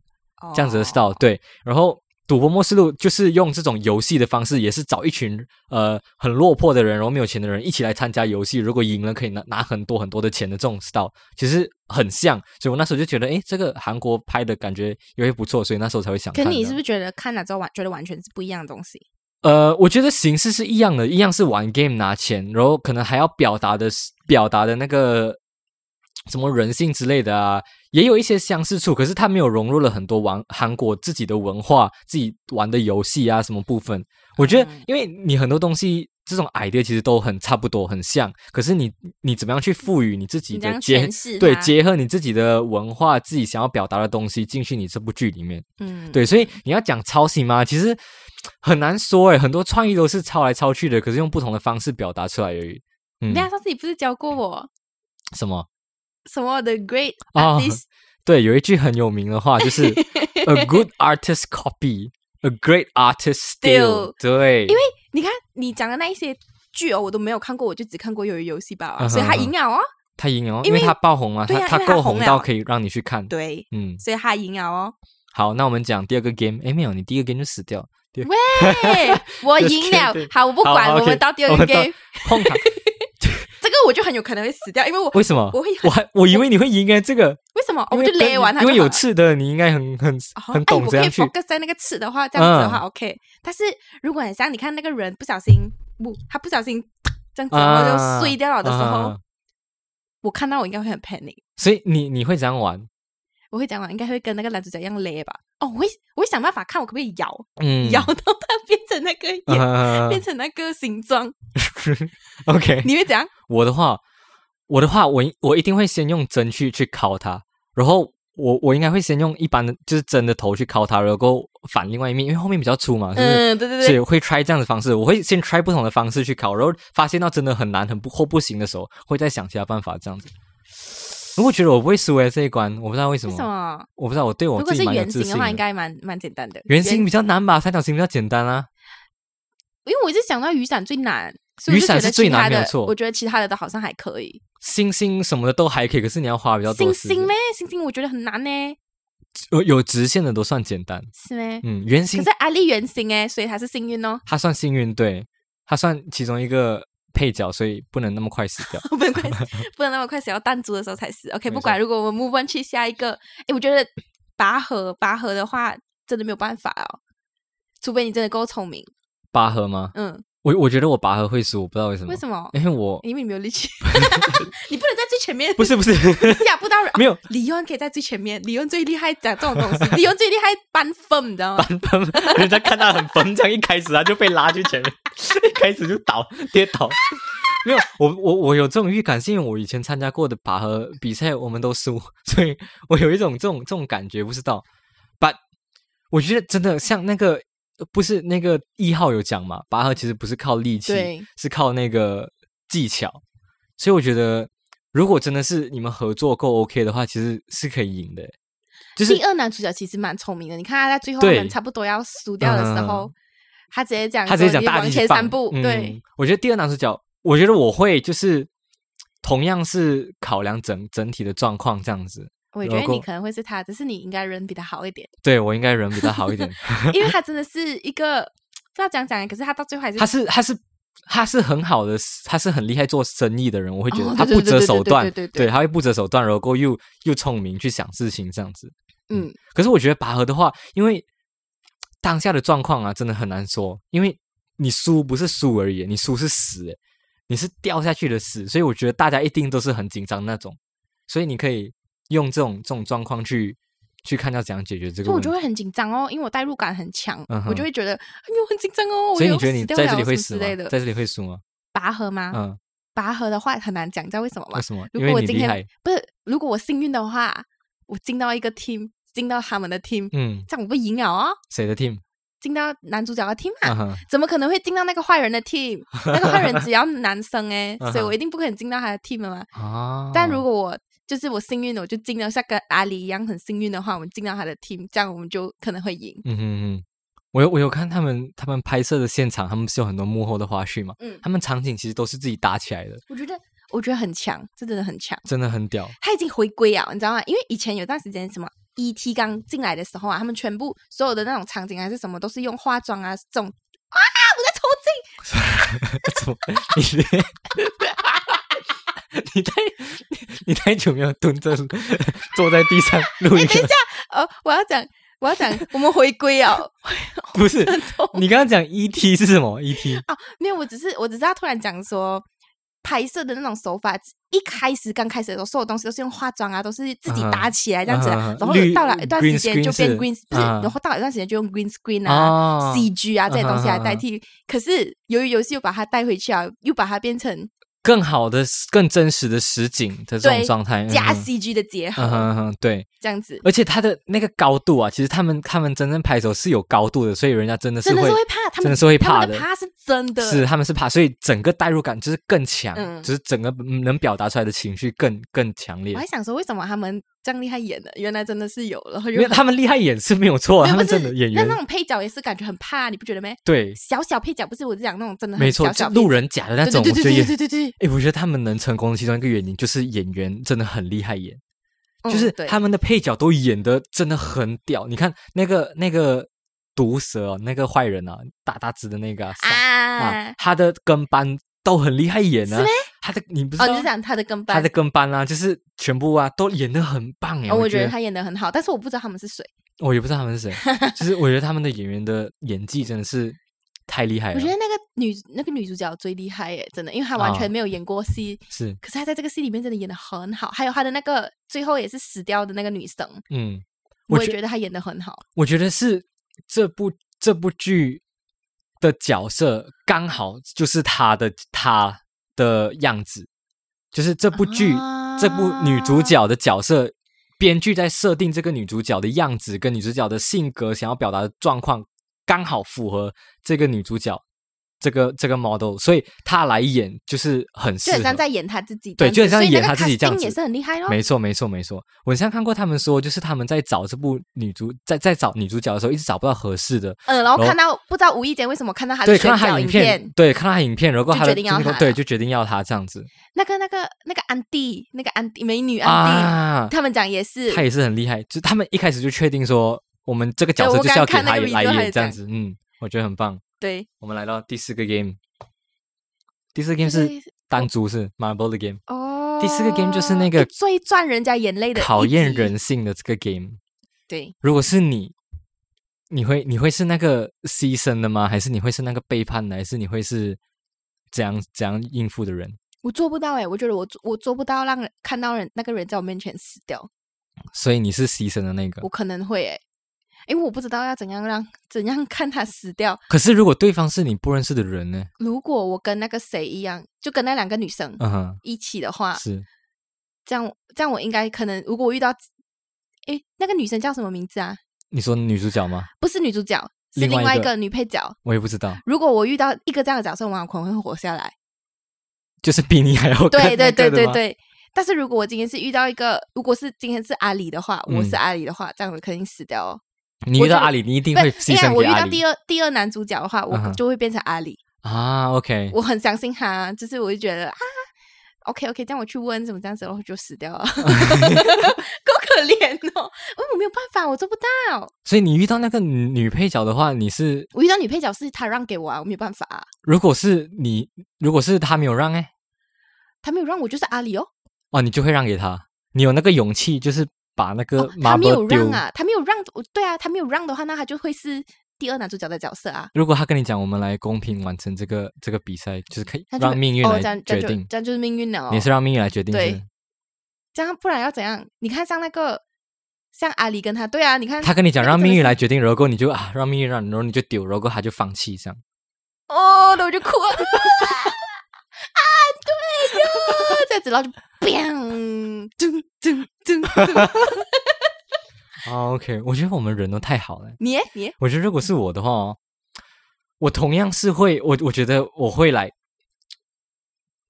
Speaker 1: 这样子的
Speaker 2: 哦
Speaker 1: style、对。然后赌博末世录就是用这种游戏的方式，也是找一群呃很落魄的人，然后没有钱的人一起来参加游戏，如果赢了可以拿拿很多很多的钱的这种 style，其实很像。所以我那时候就觉得，诶，这个韩国拍的感觉也会不错，所以那时候才会想
Speaker 2: 可
Speaker 1: 看。
Speaker 2: 你是不
Speaker 1: 是？
Speaker 2: 是觉得看了之后完觉得完全是不一样的东西？
Speaker 1: 呃，我觉得形式是一样的，一样是玩 game 拿钱，然后可能还要表达的是表达的那个。什么人性之类的啊，也有一些相似处，可是它没有融入了很多玩韩国自己的文化、自己玩的游戏啊什么部分。我觉得
Speaker 2: 嗯，
Speaker 1: 因为你很多东西这种 idea 其实都很差不多、很像，可是你你怎么样去赋予你自己
Speaker 2: 你这样
Speaker 1: 的结
Speaker 2: 诠释
Speaker 1: 对
Speaker 2: 它
Speaker 1: 结合你自己的文化、自己想要表达的东西进去你这部剧里面。
Speaker 2: 嗯，
Speaker 1: 对，所以你要讲抄袭吗？其实很难说欸诶，很多创意都是抄来抄去的，可是用不同的方式表达出来而已。嗯
Speaker 2: 你，看上次你不是教过我
Speaker 1: 什么？
Speaker 2: 什么 The Great
Speaker 1: 哦
Speaker 2: Artist？、
Speaker 1: 对，有一句很有名的话，就是 "A good artist copy, a great artist steal"。对，因为
Speaker 2: 你看你讲的那一些剧哦，我都没有看过，我就只看过《鱿鱼游戏》吧、
Speaker 1: 嗯哼
Speaker 2: 所以他赢了哦，
Speaker 1: 他赢了哦，因
Speaker 2: 因
Speaker 1: 为
Speaker 2: 为
Speaker 1: 他爆红了，
Speaker 2: 对
Speaker 1: 他
Speaker 2: 啊
Speaker 1: 他
Speaker 2: 因为他
Speaker 1: 够
Speaker 2: 红
Speaker 1: 红到
Speaker 2: 了
Speaker 1: 可以让你去看。
Speaker 2: 对，
Speaker 1: 嗯，
Speaker 2: 所以他赢了 哦。
Speaker 1: 好，那我们讲第二个 game。诶，没有，你第一个 game 就死掉。第二
Speaker 2: 嘿，我
Speaker 1: Just
Speaker 2: 赢了
Speaker 1: kidding，
Speaker 2: 好，我不管，
Speaker 1: 好，OK，
Speaker 2: 我们到第二
Speaker 1: 我
Speaker 2: 个
Speaker 1: 们到
Speaker 2: game。
Speaker 1: 碰它。
Speaker 2: 个我就很有可能会死掉，因为我
Speaker 1: 为什么？
Speaker 2: 我会
Speaker 1: 我
Speaker 2: 很
Speaker 1: 还我以为你会赢哎，这个
Speaker 2: 为什么我
Speaker 1: 因
Speaker 2: 们
Speaker 1: 为
Speaker 2: 就
Speaker 1: 跟
Speaker 2: 勒完它
Speaker 1: 因
Speaker 2: 就
Speaker 1: 为
Speaker 2: 好
Speaker 1: 有
Speaker 2: 了
Speaker 1: 刺的，你应该很很
Speaker 2: 哦，
Speaker 1: 很
Speaker 2: 哎，我
Speaker 1: 懂
Speaker 2: 可
Speaker 1: 怎
Speaker 2: 以
Speaker 1: 样去
Speaker 2: focus 在那个刺的话，这样子的话、
Speaker 1: 嗯
Speaker 2: OK。但是如果很像你看那个人不小心，不，他不小心这样子，然后就
Speaker 1: 啊
Speaker 2: 碎掉了的时候，
Speaker 1: 啊
Speaker 2: 我看到我应该会很 panic，
Speaker 1: 所以你你会怎样玩？
Speaker 2: 我会讲完应该会跟那个男主角一样勒吧。哦，我会我会想办法看我可不可以咬，
Speaker 1: 嗯，
Speaker 2: 咬到它变成那个眼，
Speaker 1: 啊
Speaker 2: 变成那个形状。
Speaker 1: OK，
Speaker 2: 你 会怎样？
Speaker 1: 我的话，我的话，我一我一定会先用针去去敲它，然后我我应该会先用一般的就是针的头去敲它，然后反另外一面，因为后面比较粗嘛，就是、
Speaker 2: 嗯，对对
Speaker 1: 所以
Speaker 2: 对，
Speaker 1: 会 try 这样的方式，我会先 try 不同的方式去敲，然后发现到真的很难很不或不行的时候，会再想其他办法这样子。如果觉得我不会输诶这一关，我不知道为什
Speaker 2: 为
Speaker 1: 么，
Speaker 2: 什么？
Speaker 1: 我不知道我对我
Speaker 2: 如果
Speaker 1: 自
Speaker 2: 是
Speaker 1: 己蛮有
Speaker 2: 圆
Speaker 1: 自
Speaker 2: 形
Speaker 1: 信
Speaker 2: 的话，应该蛮蛮简单的。
Speaker 1: 圆形比较难吧，三角形比较简单啊。
Speaker 2: 因为我一直想到雨伞最难，所以我就
Speaker 1: 雨伞
Speaker 2: 觉得
Speaker 1: 是最
Speaker 2: 其他
Speaker 1: 难没有
Speaker 2: 的
Speaker 1: 错
Speaker 2: 我觉得其他的都好像还可以。
Speaker 1: 星星什么的都还可以，可是你要花比较多
Speaker 2: 星
Speaker 1: 时间
Speaker 2: 星咩？星星我觉得很难呢，
Speaker 1: 有有直线的都算简单，
Speaker 2: 是咩？
Speaker 1: 嗯，圆
Speaker 2: 可
Speaker 1: 形
Speaker 2: 是阿丽原型哎，所以她是 幸运哦，
Speaker 1: 它算幸运，对，它算其中一个配角，所以不能那么快 死掉。
Speaker 2: 不能快死，不能那么快死，要弹珠的时候才死。OK，
Speaker 1: 没
Speaker 2: 不管，
Speaker 1: 错
Speaker 2: 如果我们 move on 去下一个，哎，我觉得拔河拔河的话真的没有办法哦，除非你真的够聪明。
Speaker 1: 拔河吗？
Speaker 2: 嗯，
Speaker 1: 我我觉得我拔河会输，我不知道为什么。
Speaker 2: 为什么？
Speaker 1: 因为我
Speaker 2: 因为你没有 力气，你不能在最前面，
Speaker 1: 不是不是
Speaker 2: 吓不到人。
Speaker 1: 没有
Speaker 2: 李勇可以在最前面，李勇最厉害讲这种东西，李勇最厉害搬风，你知道吗？
Speaker 1: 很崩， 人家看他很崩，这样一开始他就被拉去前面， 一开始就倒跌倒。没有，我我我有这种预感，是因为我以前参加过的拔河比赛，我们都输，所以我有一种这种这种感觉，不知道。But 我觉得真的像那个不是那个一号有讲嘛，拔河其实不是靠力气，
Speaker 2: 对
Speaker 1: 是靠那个技巧。所以我觉得，如果真的是你们合作够 OK 的话，其实是可以赢的。就是
Speaker 2: 第二男主角其实蛮聪明的，你看他在最后他
Speaker 1: 对嗯
Speaker 2: 们差不多要输掉的时候，他直接讲，
Speaker 1: 他直接讲大
Speaker 2: 往
Speaker 1: 力
Speaker 2: 前
Speaker 1: 放
Speaker 2: 三步，对，
Speaker 1: 嗯，我觉得第二男主角，我觉得我会就是同样是考量整整体的状况这样子。
Speaker 2: 我觉得
Speaker 1: 如果
Speaker 2: 你可能会是他，只是你应该人比他好一点，
Speaker 1: 对我应该人比较好一 点。
Speaker 2: 因为他真的是一个不知道讲讲，可是他到最后还是
Speaker 1: 他是他是他是很好的，他是很厉害做生意的人，我会觉
Speaker 2: 哦
Speaker 1: 得
Speaker 2: 对
Speaker 1: 他
Speaker 2: 对
Speaker 1: 不
Speaker 2: 对
Speaker 1: 择
Speaker 2: 对
Speaker 1: 手
Speaker 2: 对
Speaker 1: 段
Speaker 2: 对，对对
Speaker 1: 对，他会不择手段，然后又又聪明去想事情这样子。
Speaker 2: 嗯，
Speaker 1: 可是我觉得拔河的话，因为当下的状况啊，真的很难说，因为你输不是输而已，你输是死，诶你是掉下去的死，所以我觉得大家一定都是很紧张那种，所以你可以用这种这种状况去去看要怎样解决这
Speaker 2: 所以
Speaker 1: 个
Speaker 2: 我
Speaker 1: 问题
Speaker 2: 就。会很紧张哦，因为我代入感很强，
Speaker 1: 嗯哼
Speaker 2: 我就会觉得哎呦很紧张哦，
Speaker 1: 所以你
Speaker 2: 我又
Speaker 1: 觉得你
Speaker 2: 死掉
Speaker 1: 在
Speaker 2: 了
Speaker 1: 这里会
Speaker 2: 什么
Speaker 1: 死
Speaker 2: 之
Speaker 1: 吗
Speaker 2: 类？的？
Speaker 1: 在这里会输吗？
Speaker 2: 拔河吗？
Speaker 1: 嗯，
Speaker 2: 拔河的话很难讲，你知道为什么吗
Speaker 1: 为？什么？
Speaker 2: 如
Speaker 1: 因为
Speaker 2: 果我
Speaker 1: 你
Speaker 2: 今
Speaker 1: 厉
Speaker 2: 天
Speaker 1: 害。
Speaker 2: 不是，如果我幸运的话，我进到一个 team，进到他们的 team，
Speaker 1: 嗯，
Speaker 2: 这样我不赢了哦，
Speaker 1: 谁的 team？
Speaker 2: 进到男主角的 team
Speaker 1: 啊
Speaker 2: 啊，
Speaker 1: 哈，
Speaker 2: 怎么可能会进到那个坏人的 team？那个坏人只要男生哎、
Speaker 1: 嗯哼
Speaker 2: 所以我一定不可能进到他的 team 了嘛。
Speaker 1: 啊！
Speaker 2: 但如果我就是我幸运，我就进到像跟阿里一样很幸运的话，我们进到他的 team，这样我们就可能会赢。
Speaker 1: 嗯嗯嗯，我有我有看他们他们拍摄的现场，他们是有很多幕后的花絮嘛，
Speaker 2: 嗯
Speaker 1: 他们场景其实都是自己搭起来的，
Speaker 2: 我觉得，我觉得很强，这真的很强。
Speaker 1: 真的很 屌。
Speaker 2: 他已经回归啊，你知道吗？因为以前有段时间什么 ET 刚进来的时候啊，他们全部所有的那种场景还是什么，都是用化妆啊这种啊，我在抽筋，
Speaker 1: 怎么？你你太你你太久没有蹲着坐在地上录一个，
Speaker 2: 呃，我要讲，我要讲，我们回归啊，
Speaker 1: 不是？你刚刚讲 ET 是什么？ET？E
Speaker 2: 没有，我只是我只是要突然讲说，拍摄的那种手法，一开始刚开始的时候，所有东西都是用化妆啊，都是自己打起来这样子啊，
Speaker 1: 嗯嗯嗯
Speaker 2: 然后
Speaker 1: 绿
Speaker 2: 到了一段时
Speaker 1: green
Speaker 2: 间就
Speaker 1: screen
Speaker 2: 变
Speaker 1: 是
Speaker 2: green，不是，
Speaker 1: 嗯
Speaker 2: 然后到了一段时间就用 green screen 啊、
Speaker 1: 哦
Speaker 2: CG 啊这些东西
Speaker 1: 嗯
Speaker 2: 来
Speaker 1: 嗯嗯嗯
Speaker 2: 代替。可是由于游戏又把它带回去啊，又把它变成
Speaker 1: 更好的、更真实的实景的这种
Speaker 2: 对
Speaker 1: 状态，
Speaker 2: 加
Speaker 1: 嗯哼
Speaker 2: CG 的结合，
Speaker 1: 嗯哼嗯哼，对，
Speaker 2: 这样子。
Speaker 1: 而且它的那个高度啊，其实他们他们真正拍手是有高度的，所以人家真的是
Speaker 2: 真的
Speaker 1: 会
Speaker 2: 是会怕，他们
Speaker 1: 真的是会
Speaker 2: 他
Speaker 1: 怕
Speaker 2: 们的
Speaker 1: 的
Speaker 2: 怕是真的，
Speaker 1: 是他们是怕，所以整个代入感就是更强，
Speaker 2: 嗯
Speaker 1: 就是整个能表达出来的情绪更更强烈
Speaker 2: 我还。想说，为什么他们这样厉害演的？原来真的是有，然后
Speaker 1: 因
Speaker 2: 又
Speaker 1: 为
Speaker 2: 很
Speaker 1: 他们厉害演是没有错，啊
Speaker 2: 没有
Speaker 1: 哦他们
Speaker 2: 不是
Speaker 1: 真的演
Speaker 2: 那
Speaker 1: 员
Speaker 2: 那种配角也是感觉很怕，啊你不觉得没？
Speaker 1: 对，
Speaker 2: 小小配角不是我是讲那种真的很
Speaker 1: 没错，
Speaker 2: 小
Speaker 1: 就
Speaker 2: 小配角
Speaker 1: 路人甲的那种，我
Speaker 2: 对
Speaker 1: 觉得
Speaker 2: 对对对
Speaker 1: 也，
Speaker 2: 对对对
Speaker 1: 哎，我觉得他们能成功的其中一个原因就是演员真的很厉害演，
Speaker 2: 对，
Speaker 1: 就是
Speaker 2: 嗯对
Speaker 1: 他们的配角都演的真的很屌。你看那个那个毒蛇哦，那个坏人啊，大大只的那个啊，上啊
Speaker 2: 啊，
Speaker 1: 他的跟班都很厉害演
Speaker 2: 是
Speaker 1: 啊
Speaker 2: 咩，
Speaker 1: 他的你不知道啊
Speaker 2: 哦，你是讲他的跟班？
Speaker 1: 他的跟班啊，就是全部啊都演的很棒哎、
Speaker 2: 哦，我
Speaker 1: 觉
Speaker 2: 觉得他演的很好，但是我不知道他们是谁。
Speaker 1: 我也不知道他们是 谁，就是我觉得他们的演员的演技真的是太厉害了，
Speaker 2: 我觉得那个女那个女主角最厉害耶，真的，因为她完
Speaker 1: 啊
Speaker 2: 全没有演过戏，
Speaker 1: 是
Speaker 2: 可是她在这个戏里面真的演的很好。还有她的那个最后也是死掉的那个女生，
Speaker 1: 嗯，我
Speaker 2: 我也
Speaker 1: 觉
Speaker 2: 觉得她演的很好。
Speaker 1: 我觉得是这部这部剧的角色刚好就是他的他的样子，就是这部剧、这部女主角的角色，编剧在设定这个女主角的样子跟女主角的性格想要表达的状况，刚好符合这个女主角这个这个 model，所以她来演就是很适
Speaker 2: 就很像
Speaker 1: 合。
Speaker 2: 在演她自己这
Speaker 1: 对
Speaker 2: 样子，
Speaker 1: 就很像
Speaker 2: 所以那
Speaker 1: 演
Speaker 2: 个
Speaker 1: 她自己这样
Speaker 2: casting 也
Speaker 1: 子
Speaker 2: 是很厉害咯。
Speaker 1: 没错，没错，没错。我好像看过他们说，就是他们在找这部女主在在找女主角的时候，一直找不到合适的，
Speaker 2: 嗯，然后
Speaker 1: 然后
Speaker 2: 看到不知道无意间为什么看到她的
Speaker 1: 哦对，看到
Speaker 2: 选
Speaker 1: 他
Speaker 2: 角
Speaker 1: 影
Speaker 2: 影片，
Speaker 1: 对，看到他影片，然后
Speaker 2: 就
Speaker 1: 他的
Speaker 2: 决定要
Speaker 1: 经纪公
Speaker 2: 他
Speaker 1: 对，
Speaker 2: 了
Speaker 1: 就决定要他这样子
Speaker 2: 那个那个那个安迪，那个安迪美女安
Speaker 1: 啊
Speaker 2: 迪，，他们讲也是
Speaker 1: 他，也是很厉害，就他们一开始就确定说，我们这个角
Speaker 2: 对
Speaker 1: 色
Speaker 2: 我
Speaker 1: 就是要
Speaker 2: 刚
Speaker 1: 给
Speaker 2: 看那
Speaker 1: 他
Speaker 2: 个
Speaker 1: 演来
Speaker 2: video 还
Speaker 1: 演
Speaker 2: 是
Speaker 1: 这样
Speaker 2: 这
Speaker 1: 子，嗯，我觉得很棒。
Speaker 2: 对，
Speaker 1: 我们来到第四个 game，第四个 game
Speaker 2: 就是
Speaker 1: 单珠是 Marble 的 game，
Speaker 2: 哦，
Speaker 1: 第四个 game 就是那个
Speaker 2: 诶最赚人家眼泪的一集，
Speaker 1: 考验人性的这个 game。
Speaker 2: 对。
Speaker 1: 如果是你，你会你会是那个牺牲的吗？还是你会是那个背叛的？还是你会是怎样怎样应付的人？
Speaker 2: 我做不到哎、我觉得我做我做不到让人看到人那个人在我面前死掉，
Speaker 1: 所以你是牺牲的那个
Speaker 2: 我。可能会哎、因为我不知道要怎样让怎样 看他死掉。
Speaker 1: 可是如果对方是你不认识的人呢？
Speaker 2: 如果我跟那个谁一样，就跟那两个女生
Speaker 1: 嗯哼，
Speaker 2: 一起的话，
Speaker 1: 是
Speaker 2: 这样这样我应该可能，如果我遇到，诶，那个女生叫什么名字啊？
Speaker 1: 你说女主角吗？
Speaker 2: 不是女主角，是
Speaker 1: 另
Speaker 2: 另
Speaker 1: 外
Speaker 2: 外
Speaker 1: 一
Speaker 2: 一
Speaker 1: 个
Speaker 2: 个女配角。
Speaker 1: 我也不知道，
Speaker 2: 如果我遇到一个这样的角色，我可能会活下来。
Speaker 1: 就是比你还要
Speaker 2: 对
Speaker 1: 看
Speaker 2: 对
Speaker 1: 那
Speaker 2: 对
Speaker 1: 个的
Speaker 2: 对
Speaker 1: 吗，
Speaker 2: 对。但是如果我今天是遇到一个，如果是今天是阿里的话，我是
Speaker 1: 嗯
Speaker 2: 阿里的话，这样我肯定死掉哦。
Speaker 1: 你
Speaker 2: 我
Speaker 1: 遇到
Speaker 2: 就
Speaker 1: 阿里，你一定
Speaker 2: 不
Speaker 1: 会
Speaker 2: 是，
Speaker 1: 牺
Speaker 2: 看
Speaker 1: 牲
Speaker 2: 我
Speaker 1: 给
Speaker 2: 遇
Speaker 1: 阿
Speaker 2: 到
Speaker 1: 里
Speaker 2: 第二第二男主角的话，我
Speaker 1: 嗯哼
Speaker 2: 就会变成阿里。
Speaker 1: 啊。OK，
Speaker 2: 我很相信他，就是我就觉得啊，OK OK，这样我去问怎么这样子，然后就死掉了，够 可怜哦。因为我没有办法，我做不到。
Speaker 1: 所以你遇到那个女女配角的话，你是
Speaker 2: 我遇到女配角是他让给我啊，我没有办法、啊，
Speaker 1: 如果是你，如果是他没有让哎、
Speaker 2: 他没有让我就是阿里哦，
Speaker 1: 哦，你就会让给他，你有那个勇气，就是把那个
Speaker 2: 哦
Speaker 1: 呃麻
Speaker 2: 他没有
Speaker 1: 布丢。
Speaker 2: 让啊，他没有让，我对啊，他没有让的话，那他就会是第二男主角的角色啊。
Speaker 1: 如果他跟你讲，我们来公平完成这个这个比赛，就是可以
Speaker 2: 那就
Speaker 1: 让命运
Speaker 2: 哦，这
Speaker 1: 来
Speaker 2: 样这
Speaker 1: 决
Speaker 2: 样就
Speaker 1: 定，
Speaker 2: 这样就是命运了、哦。
Speaker 1: 你是让命运来决定，
Speaker 2: 对
Speaker 1: 是不是
Speaker 2: 这样，不然要怎样？你看像那个像阿里跟他，对啊，你看
Speaker 1: 他跟你讲
Speaker 2: 那个
Speaker 1: 让
Speaker 2: 真的
Speaker 1: 命运
Speaker 2: 是
Speaker 1: 来决定，然后你就啊让命运让，然后你就丢，然后他就放弃这样。
Speaker 2: 哦，那我就哭了 啊，对哟，这样子，然后就 bang，噔噔噔 噔，
Speaker 1: 啊 OK，我觉得我们人都太好了。
Speaker 2: 你耶你耶
Speaker 1: 我觉得如果是我的话哦，我同样是会，我我觉得我会来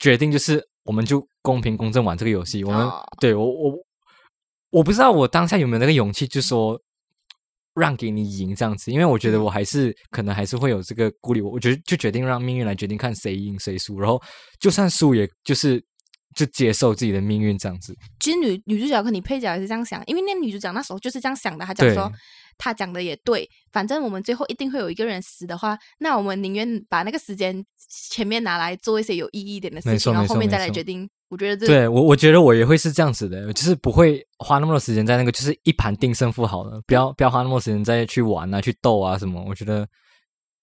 Speaker 1: 决定，就是我们就公平公正玩这个游戏。我们、
Speaker 2: 哦
Speaker 1: 对我我我不知道我当下有没有那个勇气，就说让给你赢这样子，因为我觉得我还是可能还是会有这个顾虑。我我觉得就决定让命运来决定看谁赢谁输，然后就算输，也就是就接受自己的命运这样子。
Speaker 2: 其实女女主角和你配角也是这样想，因为那女主角那时候就是这样想的，她讲说
Speaker 1: 对
Speaker 2: 她讲的也对，反正我们最后一定会有一个人死的话，那我们宁愿把那个时间前面拿来做一些有意义一点的
Speaker 1: 没
Speaker 2: 事
Speaker 1: 错
Speaker 2: 情，然
Speaker 1: 没错
Speaker 2: 后后面再
Speaker 1: 没
Speaker 2: 来
Speaker 1: 错
Speaker 2: 决定。我觉得这
Speaker 1: 对我，我觉得我也会是这样子的，就是不会花那么多时间在那个，就是一盘定胜负好了，不要不要花那么多时间再去玩啊、去斗啊什么。我觉得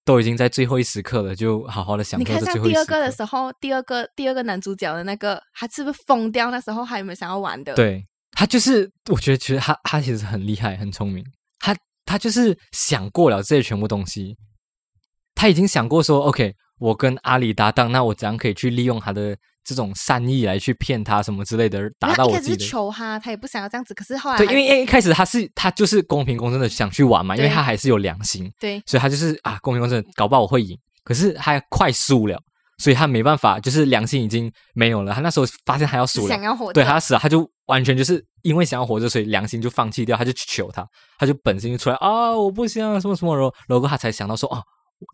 Speaker 1: 都已经在最后一时刻了，就好好的享
Speaker 2: 你
Speaker 1: 受
Speaker 2: 看
Speaker 1: 这
Speaker 2: 像
Speaker 1: 最后一
Speaker 2: 第
Speaker 1: 时
Speaker 2: 二
Speaker 1: 刻
Speaker 2: 个。的时候，第二个第二个男主角的那个，他是不是疯掉？那时候还有没有想要玩的？
Speaker 1: 对他就是，我觉得其实他他其实很厉害，很聪明。他他就是想过了这些全部东西，他已经想过说，OK，我跟阿里搭档，那我怎样可以去利用他的这种善意来去骗他什么之类的，达到
Speaker 2: 他一
Speaker 1: 我
Speaker 2: 开
Speaker 1: 自
Speaker 2: 始
Speaker 1: 己
Speaker 2: 是
Speaker 1: 的。
Speaker 2: 求他，他也不想要这样子，可是后来
Speaker 1: 对，
Speaker 2: 还
Speaker 1: 因为因为一开始他是他就是公平公正的想去玩嘛，因为
Speaker 2: 对
Speaker 1: 他还是有良心，
Speaker 2: 对
Speaker 1: 所以他就是啊公平公正，搞不好我会赢，可是他快输了，所以他没办法，就是良心已经没有了。他那时候发现他要
Speaker 2: 只
Speaker 1: 输了
Speaker 2: 想，要活着，
Speaker 1: 对他要死了，他就完全就是因为想要活着，所以良心就放弃掉，他就去求他，他就本性就出来啊，我不行啊，什么什么，然后然后他才想到说哦，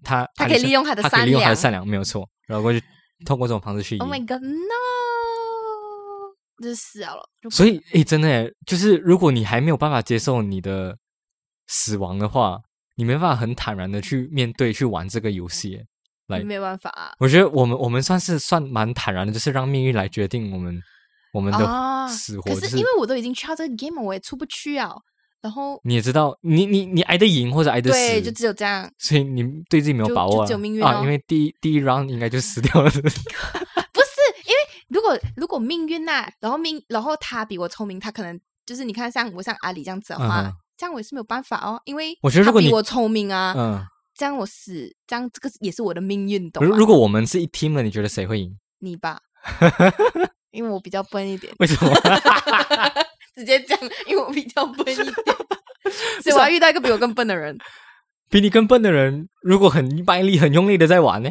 Speaker 1: 他
Speaker 2: 他可以利用他
Speaker 1: 他可以
Speaker 2: 的善
Speaker 1: 利用他的
Speaker 2: 良。
Speaker 1: 善良，没有错，然后就通过这种方式去赢。
Speaker 2: Oh my god, no！就是死掉了，就
Speaker 1: 所以，诶，真的诶，就是如果你还没有办法接受你的死亡的话，你没办法很坦然的去面对、去玩这个游戏诶。来，
Speaker 2: 没办法啊。
Speaker 1: 我觉得我们我们算是算蛮坦然的，就是让命运来决定我们我们
Speaker 2: 啊
Speaker 1: 的死活。
Speaker 2: 可
Speaker 1: 就是
Speaker 2: 因为我都已经去到这个 game，我也出不去啊。然后
Speaker 1: 你也知道，你你你挨得赢或者挨得死，
Speaker 2: 对，就只有这样。
Speaker 1: 所以你对自己没有
Speaker 2: 就
Speaker 1: 把
Speaker 2: 就
Speaker 1: 握啊
Speaker 2: 只有命运
Speaker 1: 啊，
Speaker 2: 咯
Speaker 1: 因为第一第一 round 应该就死掉了。
Speaker 2: 不是因为如果如果命运呐、然后命，然后他比我聪明，他可能就是你看像我像阿里这样子的话，
Speaker 1: 嗯哼
Speaker 2: 这样我也是没有办法哦，因为
Speaker 1: 我觉得
Speaker 2: 他
Speaker 1: 如果
Speaker 2: 比
Speaker 1: 你
Speaker 2: 我聪明 啊，
Speaker 1: 嗯，
Speaker 2: 这样我死，这样这个也是我的命运，懂
Speaker 1: 如
Speaker 2: 吗？
Speaker 1: 如果我们是一 team 的，你觉得谁会赢？
Speaker 2: 你 吧，因为我比较笨一点，
Speaker 1: 为什么？
Speaker 2: 直接讲，因为我比较 笨一点，所以我要遇到一个比我更笨的人。
Speaker 1: 比你更笨的人，如果很卖力、很用力的在玩呢？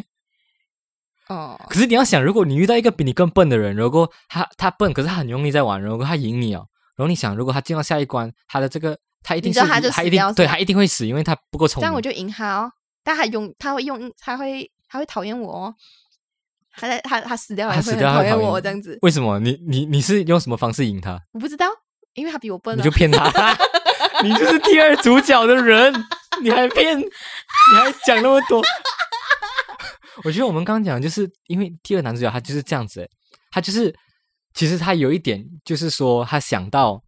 Speaker 2: 哦，
Speaker 1: 可是你要想，如果你遇到一个比你更笨的人，如果他他笨，可是他很用力在玩，如果他赢你哦，然后你想，如果他进到下一关，他的这个他一定
Speaker 2: 你
Speaker 1: 是
Speaker 2: 知道他就
Speaker 1: 一
Speaker 2: 死掉
Speaker 1: 定
Speaker 2: 是
Speaker 1: 对
Speaker 2: 吧
Speaker 1: 他一定会死，因为他不够聪明。
Speaker 2: 这样我就赢他哦，但他用他会用他会他会讨厌我哦，他在他他死掉了
Speaker 1: 他
Speaker 2: 也
Speaker 1: 死
Speaker 2: 会很
Speaker 1: 掉他
Speaker 2: 讨
Speaker 1: 会
Speaker 2: 厌
Speaker 1: 讨厌
Speaker 2: 我
Speaker 1: 你
Speaker 2: 这样子，
Speaker 1: 为什么？你你你是用什么方式赢他？
Speaker 2: 我不知道，因为他比我笨
Speaker 1: 你
Speaker 2: 啊
Speaker 1: 就。骗 他，你就是第二主角的人，你还骗，你还讲那么多。我觉得我们刚刚讲，就是因为第二男主角他就是这样子欸，他就是其实他有一点就是说，他想到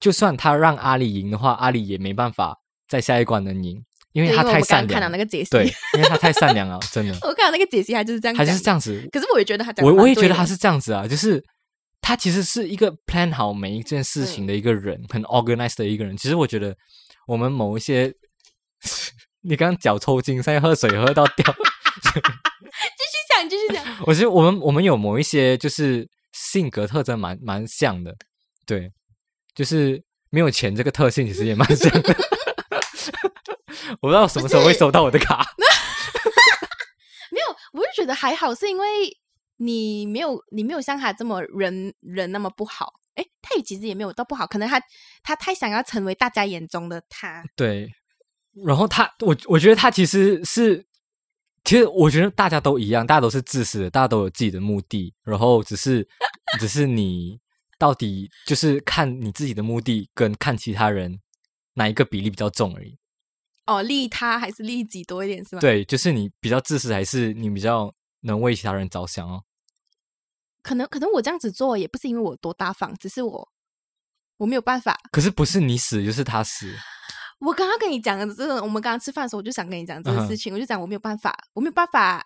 Speaker 1: 就算他让阿里赢的话，阿里也没办法在下一关能赢，因
Speaker 2: 对
Speaker 1: 为
Speaker 2: 因
Speaker 1: 他
Speaker 2: 为我
Speaker 1: 太
Speaker 2: 们刚
Speaker 1: 善
Speaker 2: 刚看到
Speaker 1: 良了。
Speaker 2: 那个解析，
Speaker 1: 对，因为他太善良了，真的，
Speaker 2: 我看到那个解析，他就是这样
Speaker 1: 他
Speaker 2: 讲，
Speaker 1: 就是这。样子。
Speaker 2: 可是我也觉得他讲，
Speaker 1: 我我也觉得他，是这样子啊，就是他其实是一个 plan 好每一件事情的一个人，很 organized 的一个人。其实我觉得我们某一些， 你刚刚脚抽筋，现在喝水喝到掉，
Speaker 2: 继续讲，继续讲。
Speaker 1: 我觉得我们我们有某一些就是性格特征蛮蛮像的，对，就是没有钱这个特性其实也蛮像的。 我不知道什么时候会收到我的卡，
Speaker 2: 没有，我就觉得还好，是因为你没有你没有像他这么人人那么不好。诶，他也其实也没有到不好，可能他他太想要成为大家眼中的他。
Speaker 1: 对，然后他，我我觉得他其实是，其实我觉得大家都一样，大家都是自私的，大家都有自己的目的，然后只是只是你到底就是看你自己的目的跟看其他人哪一个比例比较重而已。
Speaker 2: 哦，利他还是利己多一点是吗？，
Speaker 1: 对，就是你比较自私，还是你比较能为其他人着想哦？
Speaker 2: 可能可能我这样子做也不是因为我多大方，只是我我没有办法。
Speaker 1: 可是不是你死就是他死，
Speaker 2: 我刚刚跟你讲的这个，我们刚刚吃饭的时候我就想跟你讲这
Speaker 1: 嗯
Speaker 2: 个
Speaker 1: 哼
Speaker 2: 事情，我就讲我没有办法，我没有办法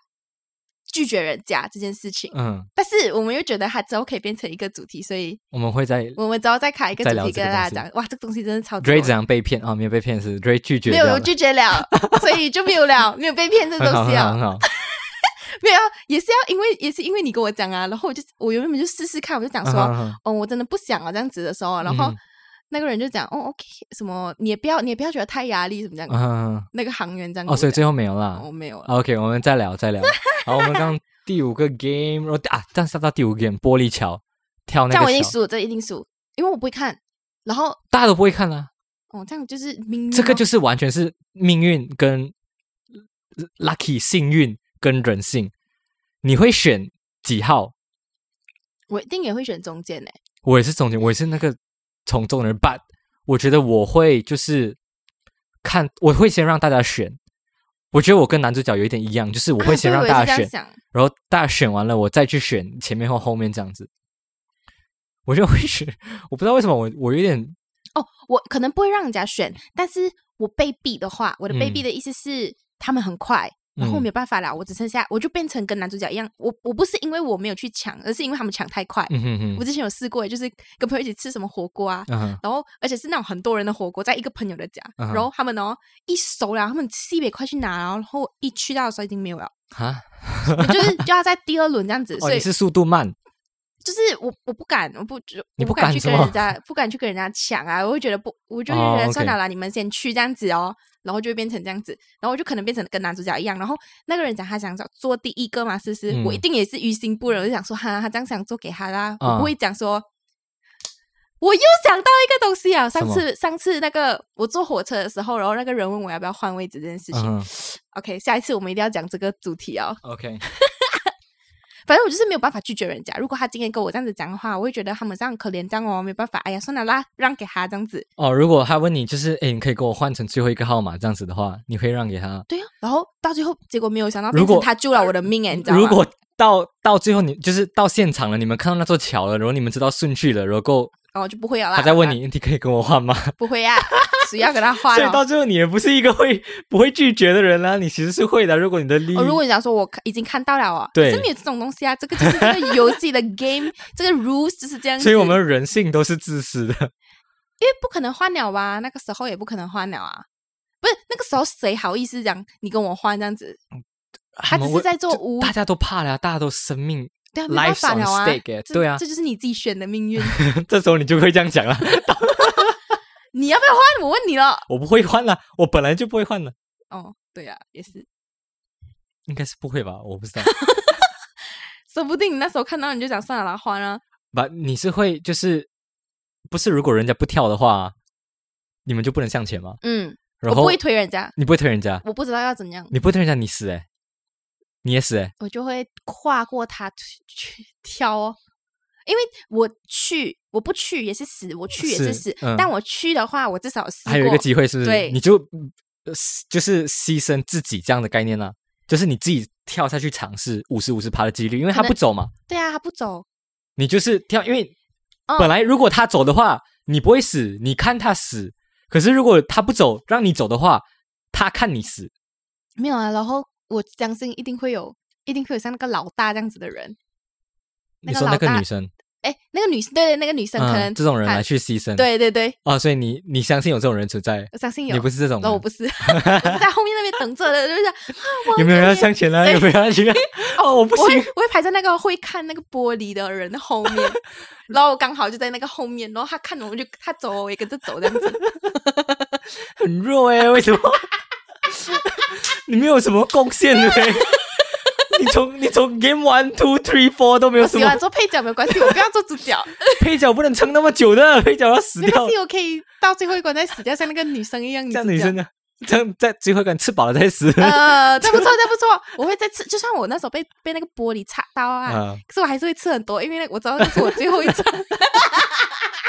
Speaker 2: 拒绝人家这件事情。
Speaker 1: 嗯，
Speaker 2: 但是我们又觉得它之后可以变成一个主题，所以
Speaker 1: 我们会在
Speaker 2: 我们之后再开一个
Speaker 1: 再
Speaker 2: 主
Speaker 1: 聊
Speaker 2: 题
Speaker 1: 这
Speaker 2: 跟
Speaker 1: 个
Speaker 2: 大家
Speaker 1: 东西
Speaker 2: 讲。哇，这个东西真的超级
Speaker 1: Dray
Speaker 2: 好
Speaker 1: 怎样被骗啊、没有被骗是 Dray 拒绝
Speaker 2: 没
Speaker 1: 掉
Speaker 2: 有
Speaker 1: 了，
Speaker 2: 我拒绝了，所以就没有了，没有被骗这
Speaker 1: 很好
Speaker 2: 东西
Speaker 1: 很好
Speaker 2: 啊
Speaker 1: 很，好，
Speaker 2: 没有，也是要因为也是因为你跟我讲啊，然后我就我原本就试试看，我就讲
Speaker 1: 嗯
Speaker 2: 说，
Speaker 1: 哼嗯哼
Speaker 2: 哦，我真的不想啊这样子的时候啊，然后
Speaker 1: 嗯
Speaker 2: 那个人就讲，哦，OK，什么你也不要你也不要觉得太压力什么这
Speaker 1: 嗯
Speaker 2: 样，
Speaker 1: 哼嗯哼
Speaker 2: 那个行员这样
Speaker 1: 哦，
Speaker 2: 跟我
Speaker 1: 所以
Speaker 2: 讲，
Speaker 1: 最后没有啦。
Speaker 2: 我没有了，
Speaker 1: OK，我们再聊再 聊。好，我们刚第五个 game，然后啊，但是到第五个 game 玻璃桥跳
Speaker 2: 这
Speaker 1: 那
Speaker 2: 样
Speaker 1: 个
Speaker 2: 我一定
Speaker 1: 桥，
Speaker 2: 输，这一定输，因为我不会看，然后
Speaker 1: 大家都不会看啦、
Speaker 2: 哦，这样就是明哦
Speaker 1: 这个就是完全是命运跟 lucky 幸运跟人性，你会选几号？
Speaker 2: 我一定也会选中间呢。欸
Speaker 1: 我也是中间，我也是那个从众的人，but 我觉得我会就是看，我会先让大家选。我觉得我跟男主角有一点一样，就是我会先
Speaker 2: 啊
Speaker 1: 让
Speaker 2: 对
Speaker 1: 大
Speaker 2: 我也
Speaker 1: 家
Speaker 2: 是
Speaker 1: 选，
Speaker 2: 这样想
Speaker 1: 然后大家选完了，我再去选前面或后面这样子。我就会选， 我不知道为什么我我有点
Speaker 2: 哦，我可能不会让人家选，但是我被逼的话，我的被
Speaker 1: 嗯
Speaker 2: 逼的意思是、他们很快，然后我
Speaker 1: 嗯
Speaker 2: 没有办法啦，我只剩下我就变成跟男主角一样，我我不是因为我没有去抢，而是因为他们抢太快。
Speaker 1: 嗯哼哼
Speaker 2: 我之前有试过，就是跟朋友一起吃什么火锅啊。
Speaker 1: 嗯哼
Speaker 2: 然后，而且是那种很多人的火锅，在一个朋友的家，
Speaker 1: 嗯哼
Speaker 2: 然后他们哦一熟了，他们西北快去拿，然后一去到的时候已经没有了，
Speaker 1: 哈
Speaker 2: 我就是就要在第二轮这样子，
Speaker 1: 啊哦
Speaker 2: 所以
Speaker 1: 你是速度慢
Speaker 2: 就是我我不敢，我不就
Speaker 1: 你
Speaker 2: 我
Speaker 1: 不
Speaker 2: 不敢
Speaker 1: 敢
Speaker 2: 去
Speaker 1: 是
Speaker 2: 跟
Speaker 1: 吗
Speaker 2: 人家不敢去跟人家抢啊，我会觉得不，我就会
Speaker 1: 哦
Speaker 2: 觉得
Speaker 1: ，OK
Speaker 2: 算了啦你们先去这样子哦，然后就会变成这样子，然后我就可能变成跟男主角一样，然后那个人讲他想做做第一个嘛，是不是？我一
Speaker 1: 嗯
Speaker 2: 定也是于心不忍，我就想说哈，他这样想做给他啦，我
Speaker 1: 啊
Speaker 2: 不会讲说。我又想到一个东西啊！上
Speaker 1: 什么
Speaker 2: 次上次那个我坐火车的时候，然后那个人问我要不要换位置这件事情。
Speaker 1: 嗯哼
Speaker 2: OK，下一次我们一定要讲这个主题哦。
Speaker 1: ，OK，
Speaker 2: 反正我就是没有办法拒绝人家。如果他今天跟我这样子讲的话，我会觉得他们这样可怜这样哦，没办法，哎呀，算了啦，让给他这样子。
Speaker 1: 哦，如果他问你就是，哎，你可以给我换成最后一个号码这样子的话，你会让给他？
Speaker 2: 对呀、然后到最后结果没有想到，
Speaker 1: 啊如果
Speaker 2: 变成他救了我的命哎，你知道吗？
Speaker 1: 如果到到最后你就是到现场了，你们看到那座桥了，然后你们知道顺序了，然后
Speaker 2: 哦就不会了啦。
Speaker 1: 他再问你，你可以跟我换吗？
Speaker 2: 不会啊，谁要给他 换
Speaker 1: 所以到
Speaker 2: 哦？
Speaker 1: 最后你也不是一个会不会拒绝的人啦、啊你其实是会的。如果你的利益，
Speaker 2: 哦，如果你想说我看已经看到了哦，
Speaker 1: 对
Speaker 2: 是没有这种东西啊，这个就是这个游 戏的 game，这个 rules 就是这样子。
Speaker 1: 所以我们人性都是自私的。
Speaker 2: 因为不可能换了啊，那个时候也不可能换了啊，不是那个时候谁好意思讲你跟我换这样子？他只
Speaker 1: 们
Speaker 2: 是
Speaker 1: 会
Speaker 2: 在做
Speaker 1: 就
Speaker 2: 无
Speaker 1: 大家都怕了啊、大家都生命，
Speaker 2: 对啊，没办
Speaker 1: Life's
Speaker 2: 法
Speaker 1: on
Speaker 2: 了啊
Speaker 1: stake 欸
Speaker 2: 这
Speaker 1: 对啊
Speaker 2: 这就是你自己选的命运。啊
Speaker 1: 这时候你就会这样讲了。
Speaker 2: 你要不要换？我问你了。
Speaker 1: 我不会换了，我本来就不会换了，
Speaker 2: 哦，对啊，也是，
Speaker 1: 应该是不会吧？我不知 道。
Speaker 2: 说不定你那时候看到你就想算了啦，换啊。
Speaker 1: 把你是会就是不是？如果人家不跳的话，你们就不能向前吗？
Speaker 2: 嗯，
Speaker 1: 然
Speaker 2: 我
Speaker 1: 后
Speaker 2: 不会推人家，
Speaker 1: 你不会推人家，
Speaker 2: 我不知道要怎么样，
Speaker 1: 你不会推人家，你死哎、你也死哎、
Speaker 2: 我就会跨过他去去挑哦。因为我去，我不去也是死，我去也是
Speaker 1: 是
Speaker 2: 死。
Speaker 1: 嗯
Speaker 2: 但我去的话，我至少试过。
Speaker 1: 还有一个机会是不是？
Speaker 2: 对
Speaker 1: 你就呃就是牺牲自己这样的概念啦、啊就是你自己跳下去尝试五十五十趴的几率，因为他
Speaker 2: 可能
Speaker 1: 不走嘛，
Speaker 2: 对啊，他不走，
Speaker 1: 你就是跳，因为
Speaker 2: 哦
Speaker 1: 本来如果他走的话，你不会死，你看他死；可是如果他不走，让你走的话，他看你死。
Speaker 2: 没有啊。然后我相信一定会有，一定会有像那个老大这样子的人。
Speaker 1: 你
Speaker 2: 那个
Speaker 1: 说那
Speaker 2: 老
Speaker 1: 个
Speaker 2: 大
Speaker 1: 女生，
Speaker 2: 哎，那个女生，对对，那个女生可能、
Speaker 1: 嗯，这种人
Speaker 2: 她
Speaker 1: 来去牺牲，
Speaker 2: 对对对，
Speaker 1: 啊，所以你你相信有这种人存在，
Speaker 2: 我相信有。
Speaker 1: 你不是这种
Speaker 2: 那
Speaker 1: 人，
Speaker 2: 我不是，我是在后面那边等着的，就是啊， 我
Speaker 1: 有没有人要
Speaker 2: 要
Speaker 1: 向前啊？
Speaker 2: 对
Speaker 1: 有没有人要去？哦，我不
Speaker 2: 我会
Speaker 1: 行，
Speaker 2: 我会排在那个会看那个玻璃的人的后面， 然后我刚好就在那个后面，然后他看我，我就他走，我也跟着走这样 子。
Speaker 1: 很弱哎、为 什么？你没有什么贡献的、 欸，你从你从 game one two three four 都没有
Speaker 2: 我
Speaker 1: 什
Speaker 2: 喜欢
Speaker 1: 么
Speaker 2: 做配角没关系，我不要做主 角，
Speaker 1: 配角不能撑那么久的，配角要死
Speaker 2: 没
Speaker 1: 掉
Speaker 2: 关。系，我可以到最后一关再死掉，像那个女生一样。
Speaker 1: 像
Speaker 2: 你
Speaker 1: 女
Speaker 2: 知道
Speaker 1: 生呢，这样在最后一关吃饱了再死。
Speaker 2: 呃，这不错，这不错，我会再吃。就算我那时候被被那个玻璃擦到啊，
Speaker 1: 啊，
Speaker 2: 可是我还是会吃很多，因为那我知道那是我最后一餐。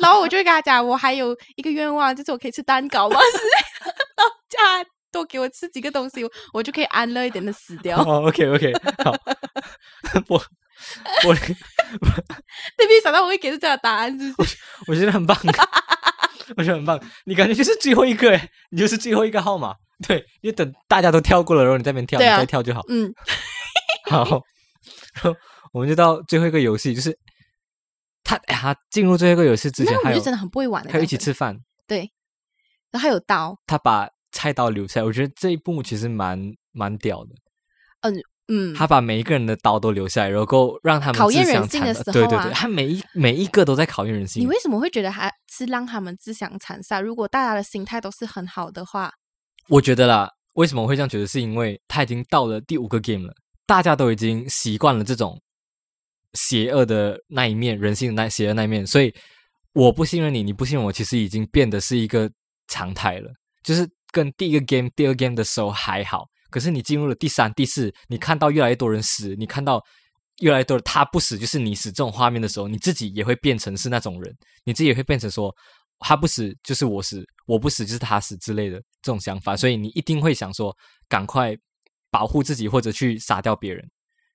Speaker 2: 然后我就会跟他讲，我还有一个愿望，就是我可以吃蛋糕嘛，是 然后叫他多给我吃几个东西，我我就可以安乐一点的死 掉。
Speaker 1: 哦，OK OK，好， 我我
Speaker 2: 对，没有想到我会给出这样的答案，是不是？
Speaker 1: 我觉得很 棒，我觉得很棒。你感觉就是最后一个，哎，你就是最后一个号码。对，因为等大家都跳过了，然后你在那边跳，你
Speaker 2: 对啊
Speaker 1: 再跳就好。
Speaker 2: 嗯，
Speaker 1: 好， 然后我们就到最后一个游戏，就是他哎他进入最后一个游戏之前
Speaker 2: 那，我
Speaker 1: 还
Speaker 2: 就
Speaker 1: 有
Speaker 2: 真的很不会玩的。
Speaker 1: 还有一起，吃饭，
Speaker 2: 对，然后还有刀，
Speaker 1: 他把菜刀留下来，我觉得这一步其实蛮蛮屌的。
Speaker 2: 嗯，
Speaker 1: 他把每一个人的刀都留下来，然后让他们
Speaker 2: 考验
Speaker 1: 自相
Speaker 2: 人性
Speaker 1: 残
Speaker 2: 的
Speaker 1: 杀
Speaker 2: 时候
Speaker 1: 对对
Speaker 2: 啊
Speaker 1: 对，他每一每一个都在考验人性。
Speaker 2: 你为什么会觉得还是让他们自相残杀？如果大家的心态都是很好的话，
Speaker 1: 我觉得啦，为什么我会这样觉得，是因为他已经到了第五个 game 了，大家都已经习惯了这种邪恶的那一面，人性的那邪恶那一面，所以我不信任你，你不信任我，其实已经变得是一个常态了。就是跟第一个 game、第二 game 的时候还好，可是你进入了第三、第四，你看到越来越多人死，你看到越来越多人他不死就是你死这种画面的时候，你自己也会变成是那种人，你自己也会变成说他不死就是我死，我不死就是他死之类的这种想法，所以你一定会想说赶快保护自己或者去杀掉别人。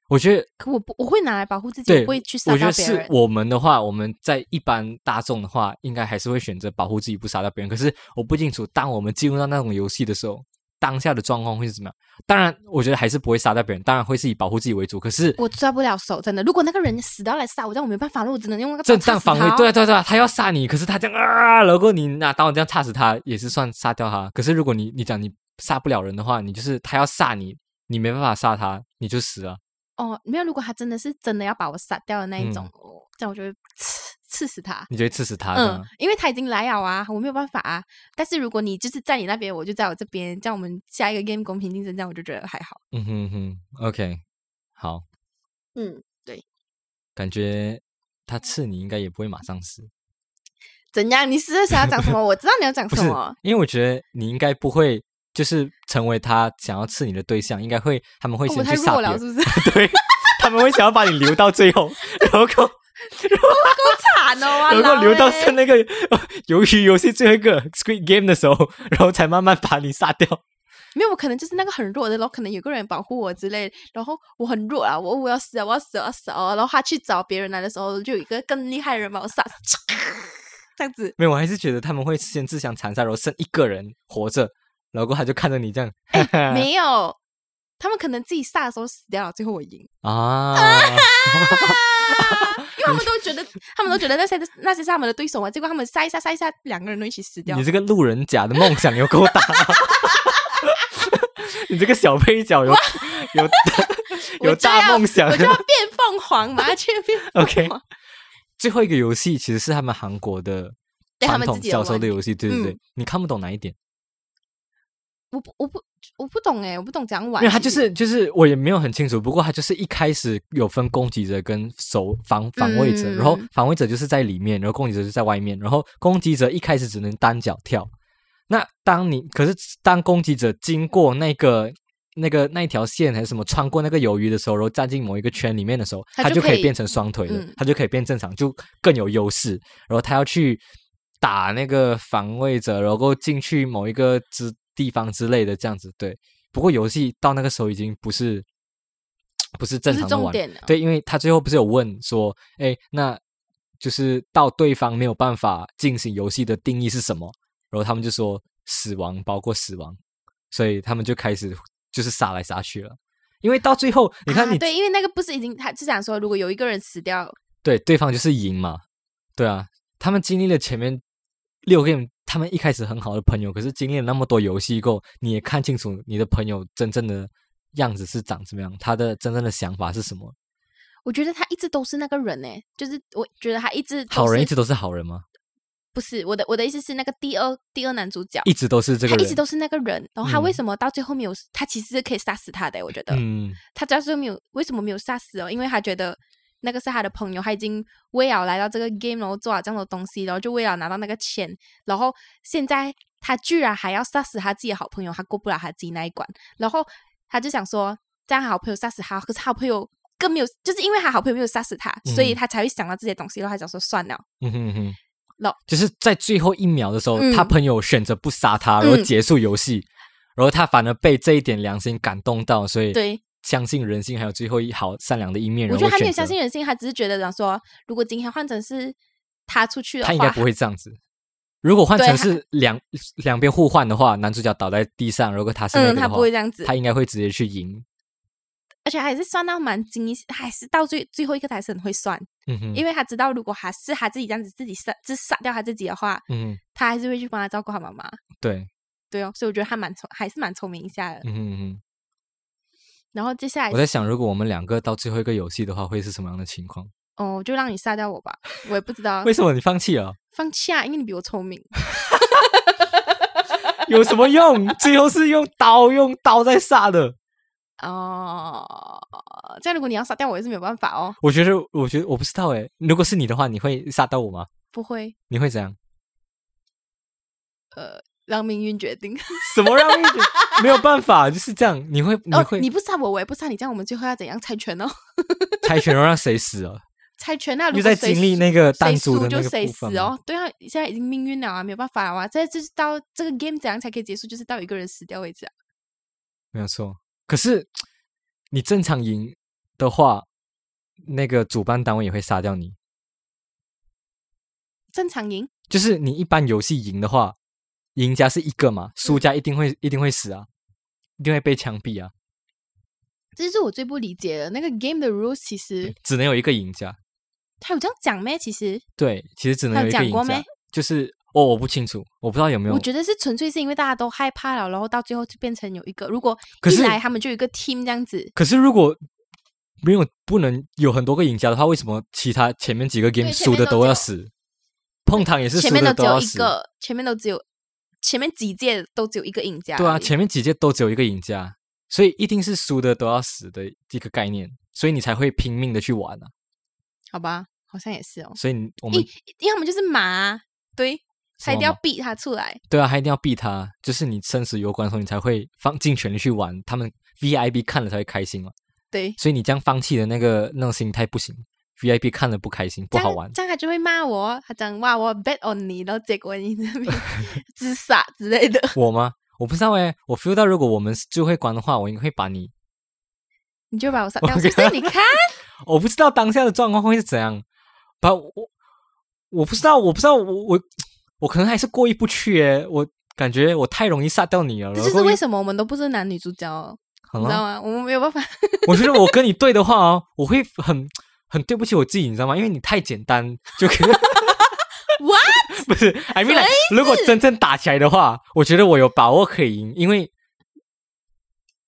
Speaker 1: 我觉得
Speaker 2: 可我不我会拿来保护自己，我
Speaker 1: 对，
Speaker 2: 不会去杀
Speaker 1: 我觉
Speaker 2: 到
Speaker 1: 得
Speaker 2: 别
Speaker 1: 是
Speaker 2: 人。
Speaker 1: 我们的话，我们在一般大众的话，应该还是会选择保护自己，不杀掉别人。可是我不清楚，当我们进入到那种游戏的时候，当下的状况会是怎么样？当然，我觉得还是不会杀掉别人，当然会是以保护自己为主。可是
Speaker 2: 我抓不了手，真的。如果那个人死到来杀我，但我没办法了，我只能用那个刀
Speaker 1: 正当
Speaker 2: 哦插死
Speaker 1: 防卫
Speaker 2: 他，
Speaker 1: 对啊对啊对啊，他要杀你，可是他这样啊，如果你拿刀这样插死他，也是算杀掉他。可是如果你你讲你杀不了人的话，你就是他要杀你，你没办法杀他，你就死啊了。
Speaker 2: 哦，没有。如果他真的是真的要把我杀掉的那一种，
Speaker 1: 嗯
Speaker 2: 哦这样我就会刺刺死他。
Speaker 1: 你就会刺死他。这样
Speaker 2: 嗯，因为他已经来了啊，我没有办法啊。但是如果你就是在你那边，我就在我这边，这样我们下一个 game 公平竞争，这样我就觉得还好。
Speaker 1: 嗯哼哼，OK，好。
Speaker 2: 嗯，
Speaker 1: 感觉他刺你应该也不会马上死，
Speaker 2: 怎样？你是想要讲什么？我知道你要讲
Speaker 1: 不
Speaker 2: 什
Speaker 1: 是
Speaker 2: 么。？
Speaker 1: 因为我觉得你应该不会，就是成为他想要刺你的对象，应该会他们会
Speaker 2: 哦我
Speaker 1: 先
Speaker 2: 太
Speaker 1: 去杀
Speaker 2: 弱
Speaker 1: 别
Speaker 2: 了，
Speaker 1: 人，
Speaker 2: 是不是？
Speaker 1: 对，他们会想要把你留到最后，然后够
Speaker 2: 惨哦， 哇
Speaker 1: 然后
Speaker 2: 老
Speaker 1: 留到
Speaker 2: 嘞
Speaker 1: 剩那个呃鱿鱼游戏最后一个 Squid Game 的时候，然后才慢慢把你杀掉。
Speaker 2: 没有，我可能就是那个很弱的，然后可能有个人保护我之类，然后我很弱啊，我我要死啊，我要死啊，我要死啊，然后他去找别人来的时候，就有一个更厉害的人把我杀死， 这 样子。
Speaker 1: 没有，我还是觉得他们会先自相残杀，然后剩一个人活着，然后他就看着你这样，哈 哈
Speaker 2: 哎没有，他们可能自己杀的时候死掉了，最后我赢，
Speaker 1: 啊，
Speaker 2: 因为他们都觉得，他们都觉得那些那些是他们的对手嘛，结果他们杀一杀杀一杀，两个人都一起死掉
Speaker 1: 你。这个路人甲的梦想有够大， 你这个小配角有有 有
Speaker 2: 我就
Speaker 1: 大
Speaker 2: 要
Speaker 1: 梦想
Speaker 2: 我。就要变凤凰，马上去变凤
Speaker 1: OK
Speaker 2: 凰。
Speaker 1: 最后一个游戏其实是他们韩国的
Speaker 2: 对他
Speaker 1: 传
Speaker 2: 们
Speaker 1: 统
Speaker 2: 自己有
Speaker 1: 销售
Speaker 2: 玩
Speaker 1: 的游戏，对对对
Speaker 2: 嗯，
Speaker 1: 你看不懂哪一点？
Speaker 2: 我不我不我不懂哎，我不懂怎样玩。
Speaker 1: 因为它就
Speaker 2: 其实
Speaker 1: 是就是我也没有很清楚，不过它就是一开始有分攻击者跟守防防卫者，然后
Speaker 2: 嗯
Speaker 1: 防卫者就是在里面，然后攻击者就在外面，然后攻击者一开始只能单脚跳。那当你可是当攻击者经过那个那个那一条线还是什么穿过那个鱿鱼的时候，然后站进某一个圈里面的时候，
Speaker 2: 他
Speaker 1: 他
Speaker 2: 就
Speaker 1: 就可
Speaker 2: 可
Speaker 1: 以
Speaker 2: 以
Speaker 1: 变成双腿了
Speaker 2: 嗯，
Speaker 1: 他就可以变正常，就更有优势。然后他要去打那个防卫者，然后进去某一个之地方之类的这样子。对，不过游戏到那个时候已经不是不是正
Speaker 2: 不是
Speaker 1: 常的
Speaker 2: 重
Speaker 1: 玩，
Speaker 2: 点了。
Speaker 1: 对，因为他最后不是有问说，哎，那就是到对方没有办法进行游戏的定义是什么？然后他们就说死亡包括死亡，所以他们就开始就是杀来杀去了。因为到最后，你看
Speaker 2: 啊
Speaker 1: 你、
Speaker 2: 对，因为那个不是已经，他是想说，如果有一个人死掉，
Speaker 1: 对对方就是赢嘛，对啊，他们经历了前面六 game，他们一开始很好的朋友，可是经历了那么多游戏过后，你也看清楚你的朋友真正的样子是长什么样，他的真正的想法是什么。
Speaker 2: 我觉得他一直都是那个人呢、就是我觉得他一直都
Speaker 1: 好人
Speaker 2: 是
Speaker 1: 一直都是好人吗？
Speaker 2: 不是我的我的意思是那个第二第二男主角，
Speaker 1: 一直都是这个
Speaker 2: 他
Speaker 1: 人，
Speaker 2: 一直都是那个人，然后他
Speaker 1: 嗯
Speaker 2: 为什么到最后没有？他其实是可以杀死他的、欸我觉得、
Speaker 1: 嗯
Speaker 2: 他到最后没有为什么没有杀死哦？因为他觉得。那个是他的朋友，他已经为了来到这个 game，然后做了这样的东西，然后就为了拿到那个钱，然后现在他居然还要杀死他自己的好朋友，他过不了他自己那一关，然后他就想说，这样好朋友杀死他，可是他好朋友更没有，就是因为他好朋友没有杀死他，所以
Speaker 1: 嗯
Speaker 2: 他才会想到这些东西，然后他想说算了，
Speaker 1: 嗯哼哼。
Speaker 2: 老
Speaker 1: 就是在最后一秒的时候，
Speaker 2: 嗯
Speaker 1: 他朋友选择不杀他，然后
Speaker 2: 嗯
Speaker 1: 结束游戏，然后他反而被这一点良心感动到，所以
Speaker 2: 对
Speaker 1: 相信人性还有最后一好善良的一面。
Speaker 2: 我
Speaker 1: 然
Speaker 2: 觉
Speaker 1: 后
Speaker 2: 得他没有
Speaker 1: 选
Speaker 2: 相
Speaker 1: 择
Speaker 2: 信人性，他只是觉得想说，如果今天换成是他出去的
Speaker 1: 他
Speaker 2: 话，
Speaker 1: 应该不会这样子。如果换成
Speaker 2: 对他
Speaker 1: 是两两边互换的话，男主角倒在地上，如果他是那个
Speaker 2: 嗯，
Speaker 1: 的
Speaker 2: 他
Speaker 1: 话，
Speaker 2: 不会这样子，
Speaker 1: 他应该会直接去赢。
Speaker 2: 而且还是算到蛮精一，还是到最最后一个他还是很会算，
Speaker 1: 嗯哼，
Speaker 2: 因为他知道如果还是他自己这样子自己杀自杀掉他自己的话，
Speaker 1: 嗯哼，
Speaker 2: 他还是会去帮他照顾他妈妈，
Speaker 1: 对，
Speaker 2: 对哦，所以我觉得他蛮聪还是蛮聪明一下的。
Speaker 1: 嗯哼嗯哼。
Speaker 2: 然后接下来
Speaker 1: 我在想，如果我们两个到最后一个游戏的话，会是什么样的情况？
Speaker 2: 哦，就让你杀掉我吧，我也不知道
Speaker 1: 为，什么你放弃了？
Speaker 2: 放弃啊，因为你比我聪明，
Speaker 1: 有什么用？最后是用刀用刀在杀的。
Speaker 2: 哦，这样如果你要杀掉我也是没有办法哦，
Speaker 1: 我觉得，我觉得我不知道诶。如果是你的话，你会杀到我吗？
Speaker 2: 不会，
Speaker 1: 你会怎样？
Speaker 2: 让命运决定。
Speaker 1: 什么让你没有办法？就是这样，你会你
Speaker 2: 哦，
Speaker 1: 会
Speaker 2: 你不杀我，我也不杀你，这样我们最后要怎样猜拳哦？
Speaker 1: 猜拳，然后让谁死 啊？
Speaker 2: 猜拳啊！如
Speaker 1: 又
Speaker 2: 果
Speaker 1: 在
Speaker 2: 谁
Speaker 1: 经历
Speaker 2: 输
Speaker 1: 那个呃弹
Speaker 2: 谁
Speaker 1: 珠
Speaker 2: 输
Speaker 1: 的那个
Speaker 2: 就谁
Speaker 1: 部分
Speaker 2: 死
Speaker 1: 吗
Speaker 2: 哦。对啊，现在已经命运了啊，没有办法了啊。这就是到这个 game 怎样才可以结束，就是到一个人死掉为止啊。
Speaker 1: 没有错。可是你正常赢的话，那个主办单位也会杀掉你。
Speaker 2: 正常赢，
Speaker 1: 就是你一般游戏赢的话，赢家是一个嘛，输家一定会一定会死啊，一定会被枪毙啊，
Speaker 2: 这就是我最不理解的那个 game 的 rules。其实
Speaker 1: 只能有一个赢家。
Speaker 2: 他有这样讲咩？其实
Speaker 1: 对，其实只能
Speaker 2: 他
Speaker 1: 有
Speaker 2: 有
Speaker 1: 一个
Speaker 2: 讲
Speaker 1: 赢
Speaker 2: 过
Speaker 1: 家
Speaker 2: 咩。
Speaker 1: 就是哦，我不清楚，我不知道有没有
Speaker 2: 我。觉得是纯粹是因为大家都害怕了，然后到最后就变成有一个，如果
Speaker 1: 可
Speaker 2: 一
Speaker 1: 是
Speaker 2: 来他们就有一个 team 这样子，
Speaker 1: 可是如果没有不能有很多个赢家的话，为什么其他前面几个 game
Speaker 2: 对前
Speaker 1: 输
Speaker 2: 面
Speaker 1: 的
Speaker 2: 都
Speaker 1: 都
Speaker 2: 只
Speaker 1: 要
Speaker 2: 有
Speaker 1: 死？碰糖也是
Speaker 2: 前
Speaker 1: 输
Speaker 2: 面
Speaker 1: 的
Speaker 2: 都只有
Speaker 1: 要
Speaker 2: 一
Speaker 1: 死。
Speaker 2: 个，前面都只有前面几届都只有一个赢家而已。
Speaker 1: 对啊，前面几届都只有一个赢家，所以一定是输的都要死的一个概念，所以你才会拼命的去玩啊。
Speaker 2: 好吧，好像也是哦。
Speaker 1: 所以你我们
Speaker 2: 因因为他们就是马啊，对，
Speaker 1: 什
Speaker 2: 他
Speaker 1: 么
Speaker 2: 一定要
Speaker 1: 马
Speaker 2: 逼他出来。
Speaker 1: 对啊，还一定要避他，就是你生死攸关的时候，你才会放尽全力去玩。他们 VIP 看了才会开心嘛。
Speaker 2: 对，
Speaker 1: 所以你这样放弃的那个那种心态不行，VIP 看了不开心，不
Speaker 2: 这样
Speaker 1: 好玩。
Speaker 2: 这样他就会骂我，他讲哇我 bet on 你，然后结果你这 边自杀之类的。
Speaker 1: 我吗？我不知道哎、我 feel 到如果我们就会关的话，我应该会把你。
Speaker 2: 你就把我杀
Speaker 1: 我
Speaker 2: 掉，是不是？
Speaker 1: 看
Speaker 2: 你看，
Speaker 1: 我不知道当下的状况会是怎样，把我我不知道，我不知道，我我我可能还是过意不去哎、我感觉我太容易杀掉你了。
Speaker 2: 这
Speaker 1: 然
Speaker 2: 就
Speaker 1: 后
Speaker 2: 是为
Speaker 1: 又
Speaker 2: 什么我们都不是男女主角哦，
Speaker 1: 好
Speaker 2: 你知道
Speaker 1: 了，
Speaker 2: 吗？我们没有办法。
Speaker 1: 我觉得我跟你对的话哦，我会很很对不起我自己，你知道吗？因为你太简单就可以。
Speaker 2: 哇，
Speaker 1: 不是，I mean，like，如果真正打起来的话，我觉得我有把握可以赢，因为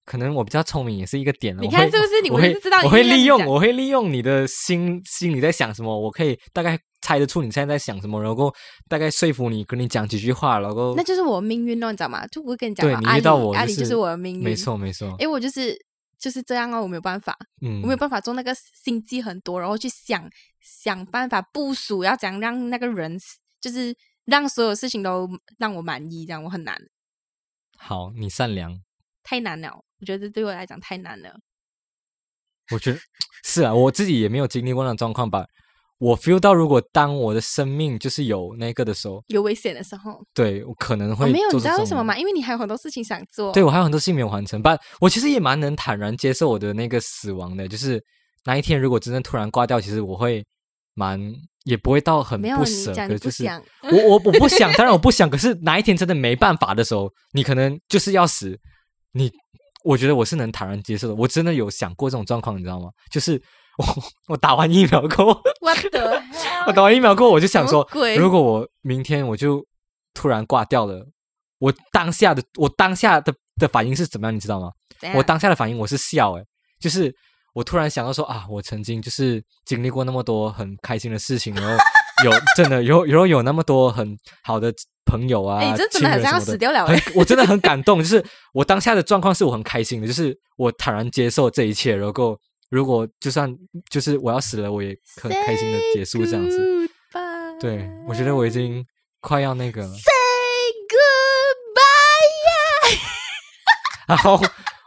Speaker 1: 可能我比较聪明也是一个点啊。
Speaker 2: 你
Speaker 1: 我
Speaker 2: 看
Speaker 1: 会
Speaker 2: 是不是你
Speaker 1: 我
Speaker 2: 我
Speaker 1: 会
Speaker 2: 就知道
Speaker 1: 我
Speaker 2: 你
Speaker 1: 会
Speaker 2: 一定要
Speaker 1: 利
Speaker 2: 这
Speaker 1: 用，
Speaker 2: 样
Speaker 1: 我会利用你的心心里在想什么，我可以大概猜得出你现在在想什么，然后大概说服你，跟你讲几句话，然后
Speaker 2: 那就是我的命运哦，你知道吗？就我跟你讲
Speaker 1: 对
Speaker 2: 嘛，
Speaker 1: 你
Speaker 2: 阿
Speaker 1: 遇
Speaker 2: 里
Speaker 1: 到我
Speaker 2: 阿里
Speaker 1: 就
Speaker 2: 就是我的命运，
Speaker 1: 没。错没错，
Speaker 2: 哎，我就是就是这样哦，我没有办法，
Speaker 1: 嗯，
Speaker 2: 我没有办法做那个心机很多，然后去想想办法部署，要怎样让那个人就是让所有事情都让我满意，这样我很难，
Speaker 1: 好，你善良，
Speaker 2: 太难了。我觉得这对我来讲太难了。
Speaker 1: 我觉得是啊，我自己也没有经历过那种状况吧。我 feel 到，如果当我的生命就是有那个的时候，
Speaker 2: 有危险的时候，
Speaker 1: 对我可能
Speaker 2: 我、
Speaker 1: 会、
Speaker 2: 哦没有，你
Speaker 1: 做
Speaker 2: 知
Speaker 1: 出
Speaker 2: 道
Speaker 1: 这
Speaker 2: 为什
Speaker 1: 种
Speaker 2: 么吗？因为你还有很多事情想做。
Speaker 1: 对我还有很多事情没有完成，但我其实也蛮能坦然接受我的那个死亡的，就是那一天如果真的突然挂掉，其实我会蛮也不会到很
Speaker 2: 没有
Speaker 1: 不
Speaker 2: 你
Speaker 1: 舍，
Speaker 2: 讲
Speaker 1: 可
Speaker 2: 你
Speaker 1: 是
Speaker 2: 不
Speaker 1: 就是
Speaker 2: 想，
Speaker 1: 我我我不想，当然我不想，可是哪一天真的没办法的时候，你可能就是要死，你我觉得我是能坦然接受的，我真的有想过这种状况，你知道吗？就是 我我打完疫苗过后，
Speaker 2: 我的
Speaker 1: 我打完疫苗过后，我就想
Speaker 2: 什么
Speaker 1: 说，
Speaker 2: 鬼
Speaker 1: 如果我明天我就突然挂掉了，我当下的我当下的的反应是怎么样，你知道吗？
Speaker 2: 嗯
Speaker 1: 我当下的反应我是笑、欸，就是我突然想到说啊，我曾经就是经历过那么多很开心的事情，然后 有真的有有有那么多很好的朋友啊，
Speaker 2: 哎、你这真的
Speaker 1: 亲
Speaker 2: 好
Speaker 1: 人
Speaker 2: 像要
Speaker 1: 什么
Speaker 2: 死掉了、
Speaker 1: 很
Speaker 2: 欸。
Speaker 1: 我真的很感动，就是我当下的状况是我很开心的，就是我坦然接受这一切，然后如果就算就是我要死了，我也很开心的结束这样子。
Speaker 2: 子。
Speaker 1: 对，我觉得我已经快要那个了。
Speaker 2: say goodbye 呀、
Speaker 1: 然后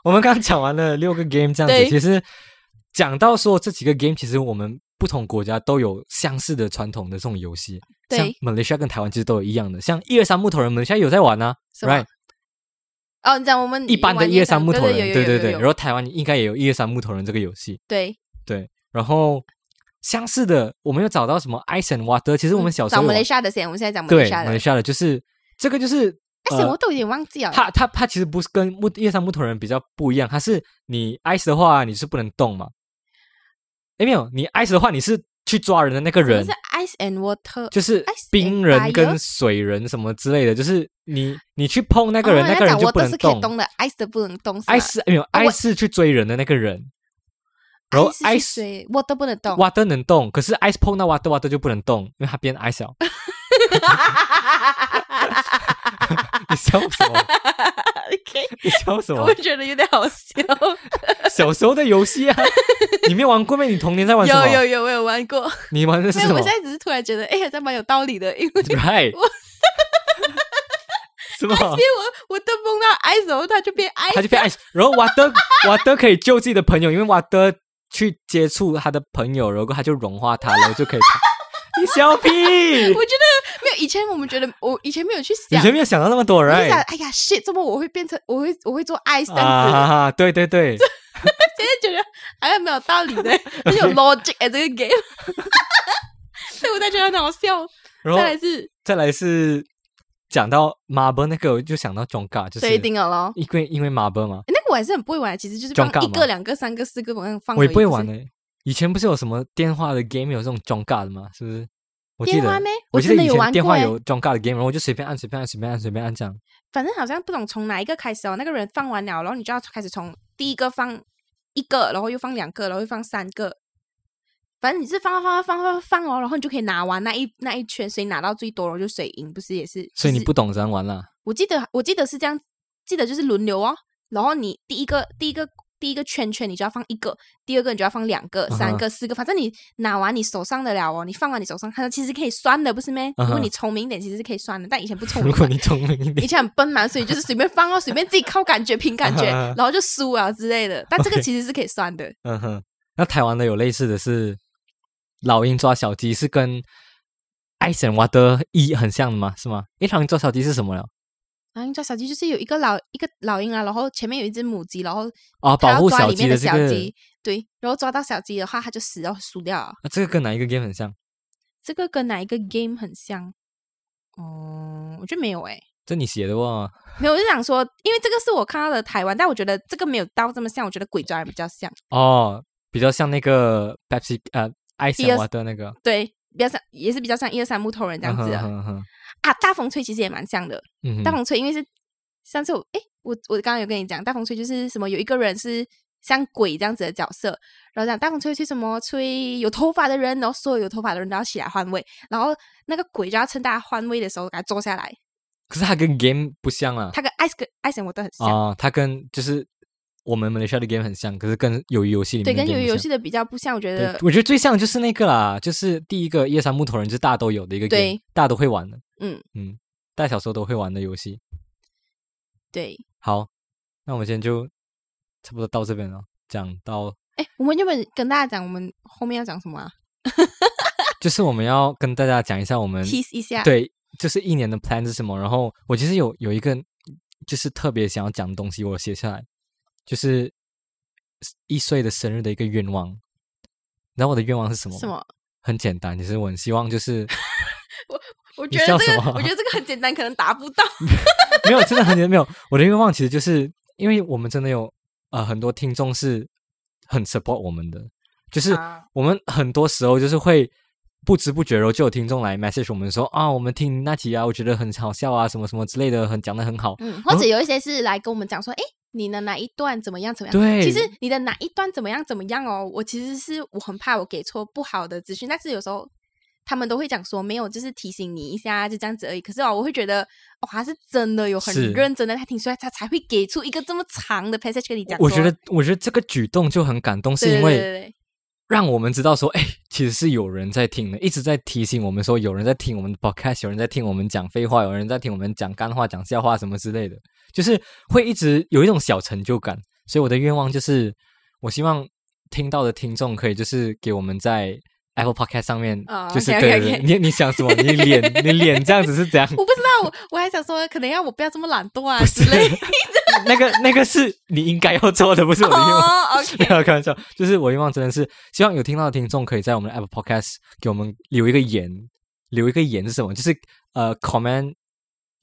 Speaker 1: 我们刚讲完了六个 game 这样子，
Speaker 2: 对
Speaker 1: 其实讲到说这几个 game，其实我们不同国家都有相似的传统的这种游戏，
Speaker 2: 对
Speaker 1: 像马来西亚跟台湾其实都有一样的，像一二三木头人，马来西亚有在玩啊
Speaker 2: 什么
Speaker 1: ，right？
Speaker 2: 哦，你讲我们
Speaker 1: 一般的
Speaker 2: 玩
Speaker 1: 一二三木头人，
Speaker 2: 对
Speaker 1: 对对对，
Speaker 2: 对
Speaker 1: 然后台湾应该也有一二三木头人这个游戏，
Speaker 2: 对，
Speaker 1: 对，然后相似的我们又找到什么 Ice and Water，其实我们小时候有
Speaker 2: 嗯找马
Speaker 1: 玩
Speaker 2: 来西亚的先，我们现在讲马来
Speaker 1: 对
Speaker 2: 西亚
Speaker 1: 马
Speaker 2: 的
Speaker 1: 来，西亚的，呃就是这个就是。
Speaker 2: 而且我都有点忘记了。
Speaker 1: 它它它其实不是跟木叶上木头人比较不一样，它是你 ice 的话你是不能动嘛？哎没有，你 ice 的话你是去抓人的那个
Speaker 2: 不
Speaker 1: 人
Speaker 2: 是，ice and water，
Speaker 1: 就是
Speaker 2: ，ice
Speaker 1: 冰
Speaker 2: and
Speaker 1: 人
Speaker 2: fire？
Speaker 1: 跟水人什么之类的，就是你你去碰那
Speaker 2: 那
Speaker 1: 个人，那
Speaker 2: 哦那
Speaker 1: 个人就不
Speaker 2: water
Speaker 1: 能
Speaker 2: 是可以
Speaker 1: 动。
Speaker 2: 动的，ice 的不能动是吗
Speaker 1: ice 没有
Speaker 2: 我
Speaker 1: ice 是去追人的那个人，然后
Speaker 2: ice 是
Speaker 1: ice
Speaker 2: 水，water 不能 动。
Speaker 1: water 能动，可是 ice 碰到 water water 就不能动，因为它变 ice 了。 你笑什么？
Speaker 2: OK，
Speaker 1: 你笑什么
Speaker 2: 我？觉得有点好笑。
Speaker 1: 小时候的游戏 啊，你没玩过咩？你童年在玩什么？
Speaker 2: 有有有，我有玩过。
Speaker 1: 你玩的是
Speaker 2: 没
Speaker 1: 什
Speaker 2: 有，
Speaker 1: 么
Speaker 2: 我现在只是突然觉得，哎，好像蛮有道理的，因为
Speaker 1: ？Right？
Speaker 2: 我
Speaker 1: 什么？
Speaker 2: 因为我我都碰到 ice，然后它就变 ice，
Speaker 1: 哦他就被爱死。然后瓦德瓦德可以救自己的朋友，因为瓦德去接触他的朋友，然后他就融化他，然后就可以。 你小屁！
Speaker 2: 我觉得没有以前我们觉得我以前没有去
Speaker 1: 以
Speaker 2: 想，
Speaker 1: 前没有想到那么多
Speaker 2: 我就想，
Speaker 1: ，right？
Speaker 2: 哎呀，shit，怎么我会变成我会我会做 ice 这样
Speaker 1: 啊
Speaker 2: 子？
Speaker 1: 哈哈，对对对，
Speaker 2: 现在觉得好像没有道理 的，很有 logic 哎，这个 game，所以我才觉得很好笑。
Speaker 1: 然后
Speaker 2: 再来是
Speaker 1: 再来是讲到 marble 那个，我就想到 j o n g a 就是
Speaker 2: 这一定了咯。
Speaker 1: 因为因为 marble 嘛，
Speaker 2: 哎那个我还是很不会玩，其实就是
Speaker 1: 中
Speaker 2: 放
Speaker 1: 尬
Speaker 2: 一
Speaker 1: 吗
Speaker 2: 个、两个、三个、四个往上放而
Speaker 1: 我
Speaker 2: 已。
Speaker 1: 也不会玩
Speaker 2: 的。
Speaker 1: 呢。以前不是有什么电话的 game 有这种 j o n g a 的吗？是不是？我记
Speaker 2: 电话
Speaker 1: 得
Speaker 2: 咩，
Speaker 1: 我记得
Speaker 2: 真的
Speaker 1: 以
Speaker 2: 有
Speaker 1: 前
Speaker 2: 玩
Speaker 1: 电
Speaker 2: 过
Speaker 1: 话
Speaker 2: 哎。
Speaker 1: 有 j o n g a 的 game，然后我就随便按随便按随便按随便按这样。
Speaker 2: 反正好像不懂从哪一个开始哦，那个人放完了，然后你就要开始从第一个放一个，然后又放两个，然后又放三个，反正你是放放放放放哦，然后你就可以拿完那一那一圈，谁拿到最多，然后就谁赢，不是也是？
Speaker 1: 所以你
Speaker 2: 就是
Speaker 1: 不懂怎样玩啦。
Speaker 2: 我记得我记得是这样，记得就是轮流哦，然后你第一个第一个第一个圈圈你就要放一个，第二个你就要放两
Speaker 1: 嗯
Speaker 2: 个、三个、四个，反正你拿完你手上的了哦，你放完你手上，它其实可以算的，不是咩？如
Speaker 1: 嗯
Speaker 2: 果
Speaker 1: 哼
Speaker 2: 你聪明一点，其实是可以算的，但以前不聪
Speaker 1: 如
Speaker 2: 明
Speaker 1: 果
Speaker 2: 嘛，
Speaker 1: 你聪明一
Speaker 2: 以
Speaker 1: 点，，
Speaker 2: 前很笨嘛，所以就是随便放哦，随便自己靠感觉、凭感觉
Speaker 1: 啊
Speaker 2: 然后就输啊之 类的。但这个
Speaker 1: OK
Speaker 2: 其实是可以算的，
Speaker 1: 嗯哼。那台湾的有类似的是，老鹰抓小鸡是跟《爱神蛙的一》很像的吗？是吗？诶，老鹰抓小鸡是什么了？
Speaker 2: 然后鹰抓小鸡就是有一个老一个老鹰啊，然后前面有一只母鸡，然后
Speaker 1: 哦，
Speaker 2: 它
Speaker 1: 保
Speaker 2: 要
Speaker 1: 护
Speaker 2: 抓
Speaker 1: 小
Speaker 2: 里
Speaker 1: 鸡
Speaker 2: 面的
Speaker 1: 这
Speaker 2: 小
Speaker 1: 个，
Speaker 2: 鸡，对，然后抓到小鸡的话，它就死掉输掉了。
Speaker 1: 啊这个跟哪一个 game 很像？
Speaker 2: 这个跟哪一个 game 很像？哦、我觉得没有诶、
Speaker 1: 这你写的哦哇？
Speaker 2: 没有，我就想说，因为这个是我看到的台湾，但我觉得这个没有到这么像，我觉得鬼抓人比较像，
Speaker 1: 哦，比较像那个 Pepsi 呃，《爱神蛙的那个
Speaker 2: 对，比较像，也是比较像一二三木头人这样子的、
Speaker 1: 嗯哼嗯哼
Speaker 2: 啊。大风吹其实也蛮像的，
Speaker 1: 嗯哼
Speaker 2: 大风吹因为是上次我诶，我我刚刚有跟你讲，大风吹就是什么有一个人是像鬼这样子的角色，然后讲大风吹吹什么吹有头发的人，然后所有有头发的人都要起来换位，然后那个鬼就要趁大家换位的时候给他坐下来，
Speaker 1: 可是它跟 game 不像啦。
Speaker 2: 他跟艾斯跟艾森我都很像。
Speaker 1: 啊，它跟就是我们 Malaysia 的 game 很像，可是跟鱿鱼游戏里
Speaker 2: 对，
Speaker 1: 面的 game
Speaker 2: 跟鱿鱼
Speaker 1: 不
Speaker 2: 游
Speaker 1: 像
Speaker 2: 戏的比较不像，我觉
Speaker 1: 对
Speaker 2: 得，，
Speaker 1: 我觉得最像就是那个啦，就是第一个夜山木头人，就是大家都有的一个 game，
Speaker 2: 对
Speaker 1: 大家都会玩的，
Speaker 2: 嗯，
Speaker 1: 嗯，大家小时候都会玩的游戏。
Speaker 2: 对，
Speaker 1: 好，那我们今天就差不多到这边了，讲到
Speaker 2: 哎，我们原本跟大家讲，我们后面要讲什么啊？
Speaker 1: 就是我们要跟大家讲一下我们
Speaker 2: 提示一下，，
Speaker 1: 嗯对，就是一年的 plan 是什么。然后我其实有有一个就是特别想要讲的东西，我有写下来，就是一岁的生日的一个愿望。你知道我的愿望是什么吗？
Speaker 2: 什么？
Speaker 1: 很简单，就是我很希望就是
Speaker 2: 我
Speaker 1: 你
Speaker 2: 觉得
Speaker 1: 笑
Speaker 2: 这
Speaker 1: 什
Speaker 2: 个
Speaker 1: 么，
Speaker 2: 我觉得这个很简单，可能达不到。
Speaker 1: 没有，真的很简单，没有。我的愿望其实就是因为我们真的有呃很多听众是很 support 我们的，就是
Speaker 2: 啊
Speaker 1: 我们很多时候就是会不知不觉，然后就有听众来 message 我们说啊，我们听那集啊，我觉得很好笑啊，什么什么之类的，很讲的很好。
Speaker 2: 嗯，或者有一些是来跟我们讲说，哎，你的哪一段怎么样怎么样？
Speaker 1: 对，
Speaker 2: 其实你的哪一段怎么样怎么样哦？我其实是我很怕我给错不好的资讯，但是有时候他们都会讲说没有，就是提醒你一下，就这样子而已。可是哦，我会觉得哦，他是真的有很
Speaker 1: 是
Speaker 2: 认真的在听，所以他才会给出一个这么长的 passage 跟你讲说。
Speaker 1: 我觉得，我觉得这个举动就很感动，是
Speaker 2: 对
Speaker 1: 因
Speaker 2: 对对
Speaker 1: 为
Speaker 2: 对对
Speaker 1: 让我们知道说，哎，其实是有人在听的，一直在提醒我们说，有人在听我们的 podcast，有人在听我们讲废话，有人在听我们讲干话、讲笑话什么之类的，就是会一直有一种小成就感。所以我的愿望就是，我希望听到的听众可以就是给我们在 Apple Podcast 上面，
Speaker 2: 哦
Speaker 1: 就是
Speaker 2: OK，OK，
Speaker 1: 对对对
Speaker 2: OK
Speaker 1: 你你想什么？你脸你脸这样子是怎 样？
Speaker 2: 我不知道，我我还想说，可能要我不要这么懒惰啊
Speaker 1: 不
Speaker 2: 之
Speaker 1: 是
Speaker 2: 类。
Speaker 1: 那个那个是你应该要做的，不是我的愿望。
Speaker 2: 哦
Speaker 1: 没
Speaker 2: ，OK，
Speaker 1: 有开玩笑，就是我愿望真的是希望有听到的听众可以在我们的 Apple Podcast 给我们留一个言，留一个言是什么？就是呃 comment，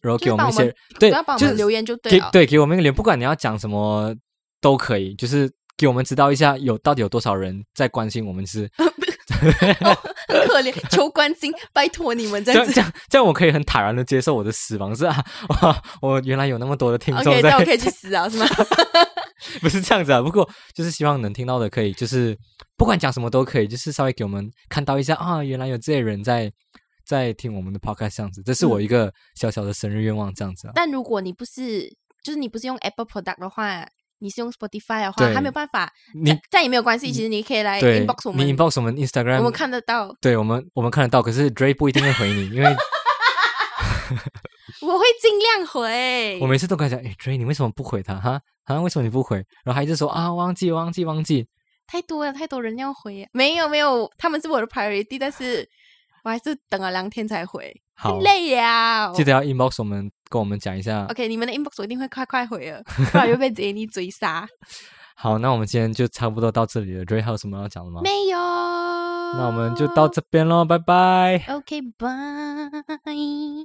Speaker 1: 然后
Speaker 2: 就是
Speaker 1: 给我们一
Speaker 2: 帮我
Speaker 1: 些
Speaker 2: 们
Speaker 1: 对
Speaker 2: 不要帮，我
Speaker 1: 就
Speaker 2: 们
Speaker 1: 是
Speaker 2: 留言就
Speaker 1: 给
Speaker 2: 对了。啊
Speaker 1: 对给我们一个留言，不管你要讲什么都可以，就是给我们知道一下有到底有多少人在关心我们 是。
Speaker 2: 很可怜，求关心，拜托你们这
Speaker 1: 这
Speaker 2: 样
Speaker 1: 样
Speaker 2: 子。
Speaker 1: 这样这样，我可以很坦然的接受我的死亡，是啊，哇， 我原来有那么多的听众
Speaker 2: OK，
Speaker 1: 在
Speaker 2: 那我可以去死啊，是吗？
Speaker 1: 不是这样子啊，不过就是希望能听到的可以，就是不管讲什么都可以，就是稍微给我们看到一下啊，原来有这些人在在听我们的 podcast 这样子，这是我一个小小的生日愿望这样子啊。
Speaker 2: 嗯但如果你不是，就是你不是用 Apple Product 的话，你是用 Spotify 的话，
Speaker 1: 对
Speaker 2: 它没有办法，
Speaker 1: 你
Speaker 2: 但也没有关系。其实你可以来
Speaker 1: 对
Speaker 2: inbox 我们，
Speaker 1: 你 inbox 我们
Speaker 2: 我
Speaker 1: Instagram，
Speaker 2: 们看得到，
Speaker 1: 对我们我们看得到，可是 Dray 不一定会回 你，因为
Speaker 2: 我会尽量回
Speaker 1: 我。每次都跟他讲，哎，Dray 你为什么不回他哈？啊，为什么你不回？然后他一直说啊，忘记忘记忘记。
Speaker 2: 太多了，太多人要回，没有没有，他们是我的 priority，但是我还是等了两天才回，太
Speaker 1: 好，
Speaker 2: 累呀。
Speaker 1: 记得要 inbox 我们，跟我们讲一下。
Speaker 2: OK，你们的 inbox 我一定会快快回了，不然又被 Jenny 追 杀。
Speaker 1: 好，那我们今天就差不多到这里了。Dray 还有什么要讲的吗？
Speaker 2: 没有，
Speaker 1: 那
Speaker 2: 那
Speaker 1: 我们就到这边喽，拜拜。
Speaker 2: OK，拜。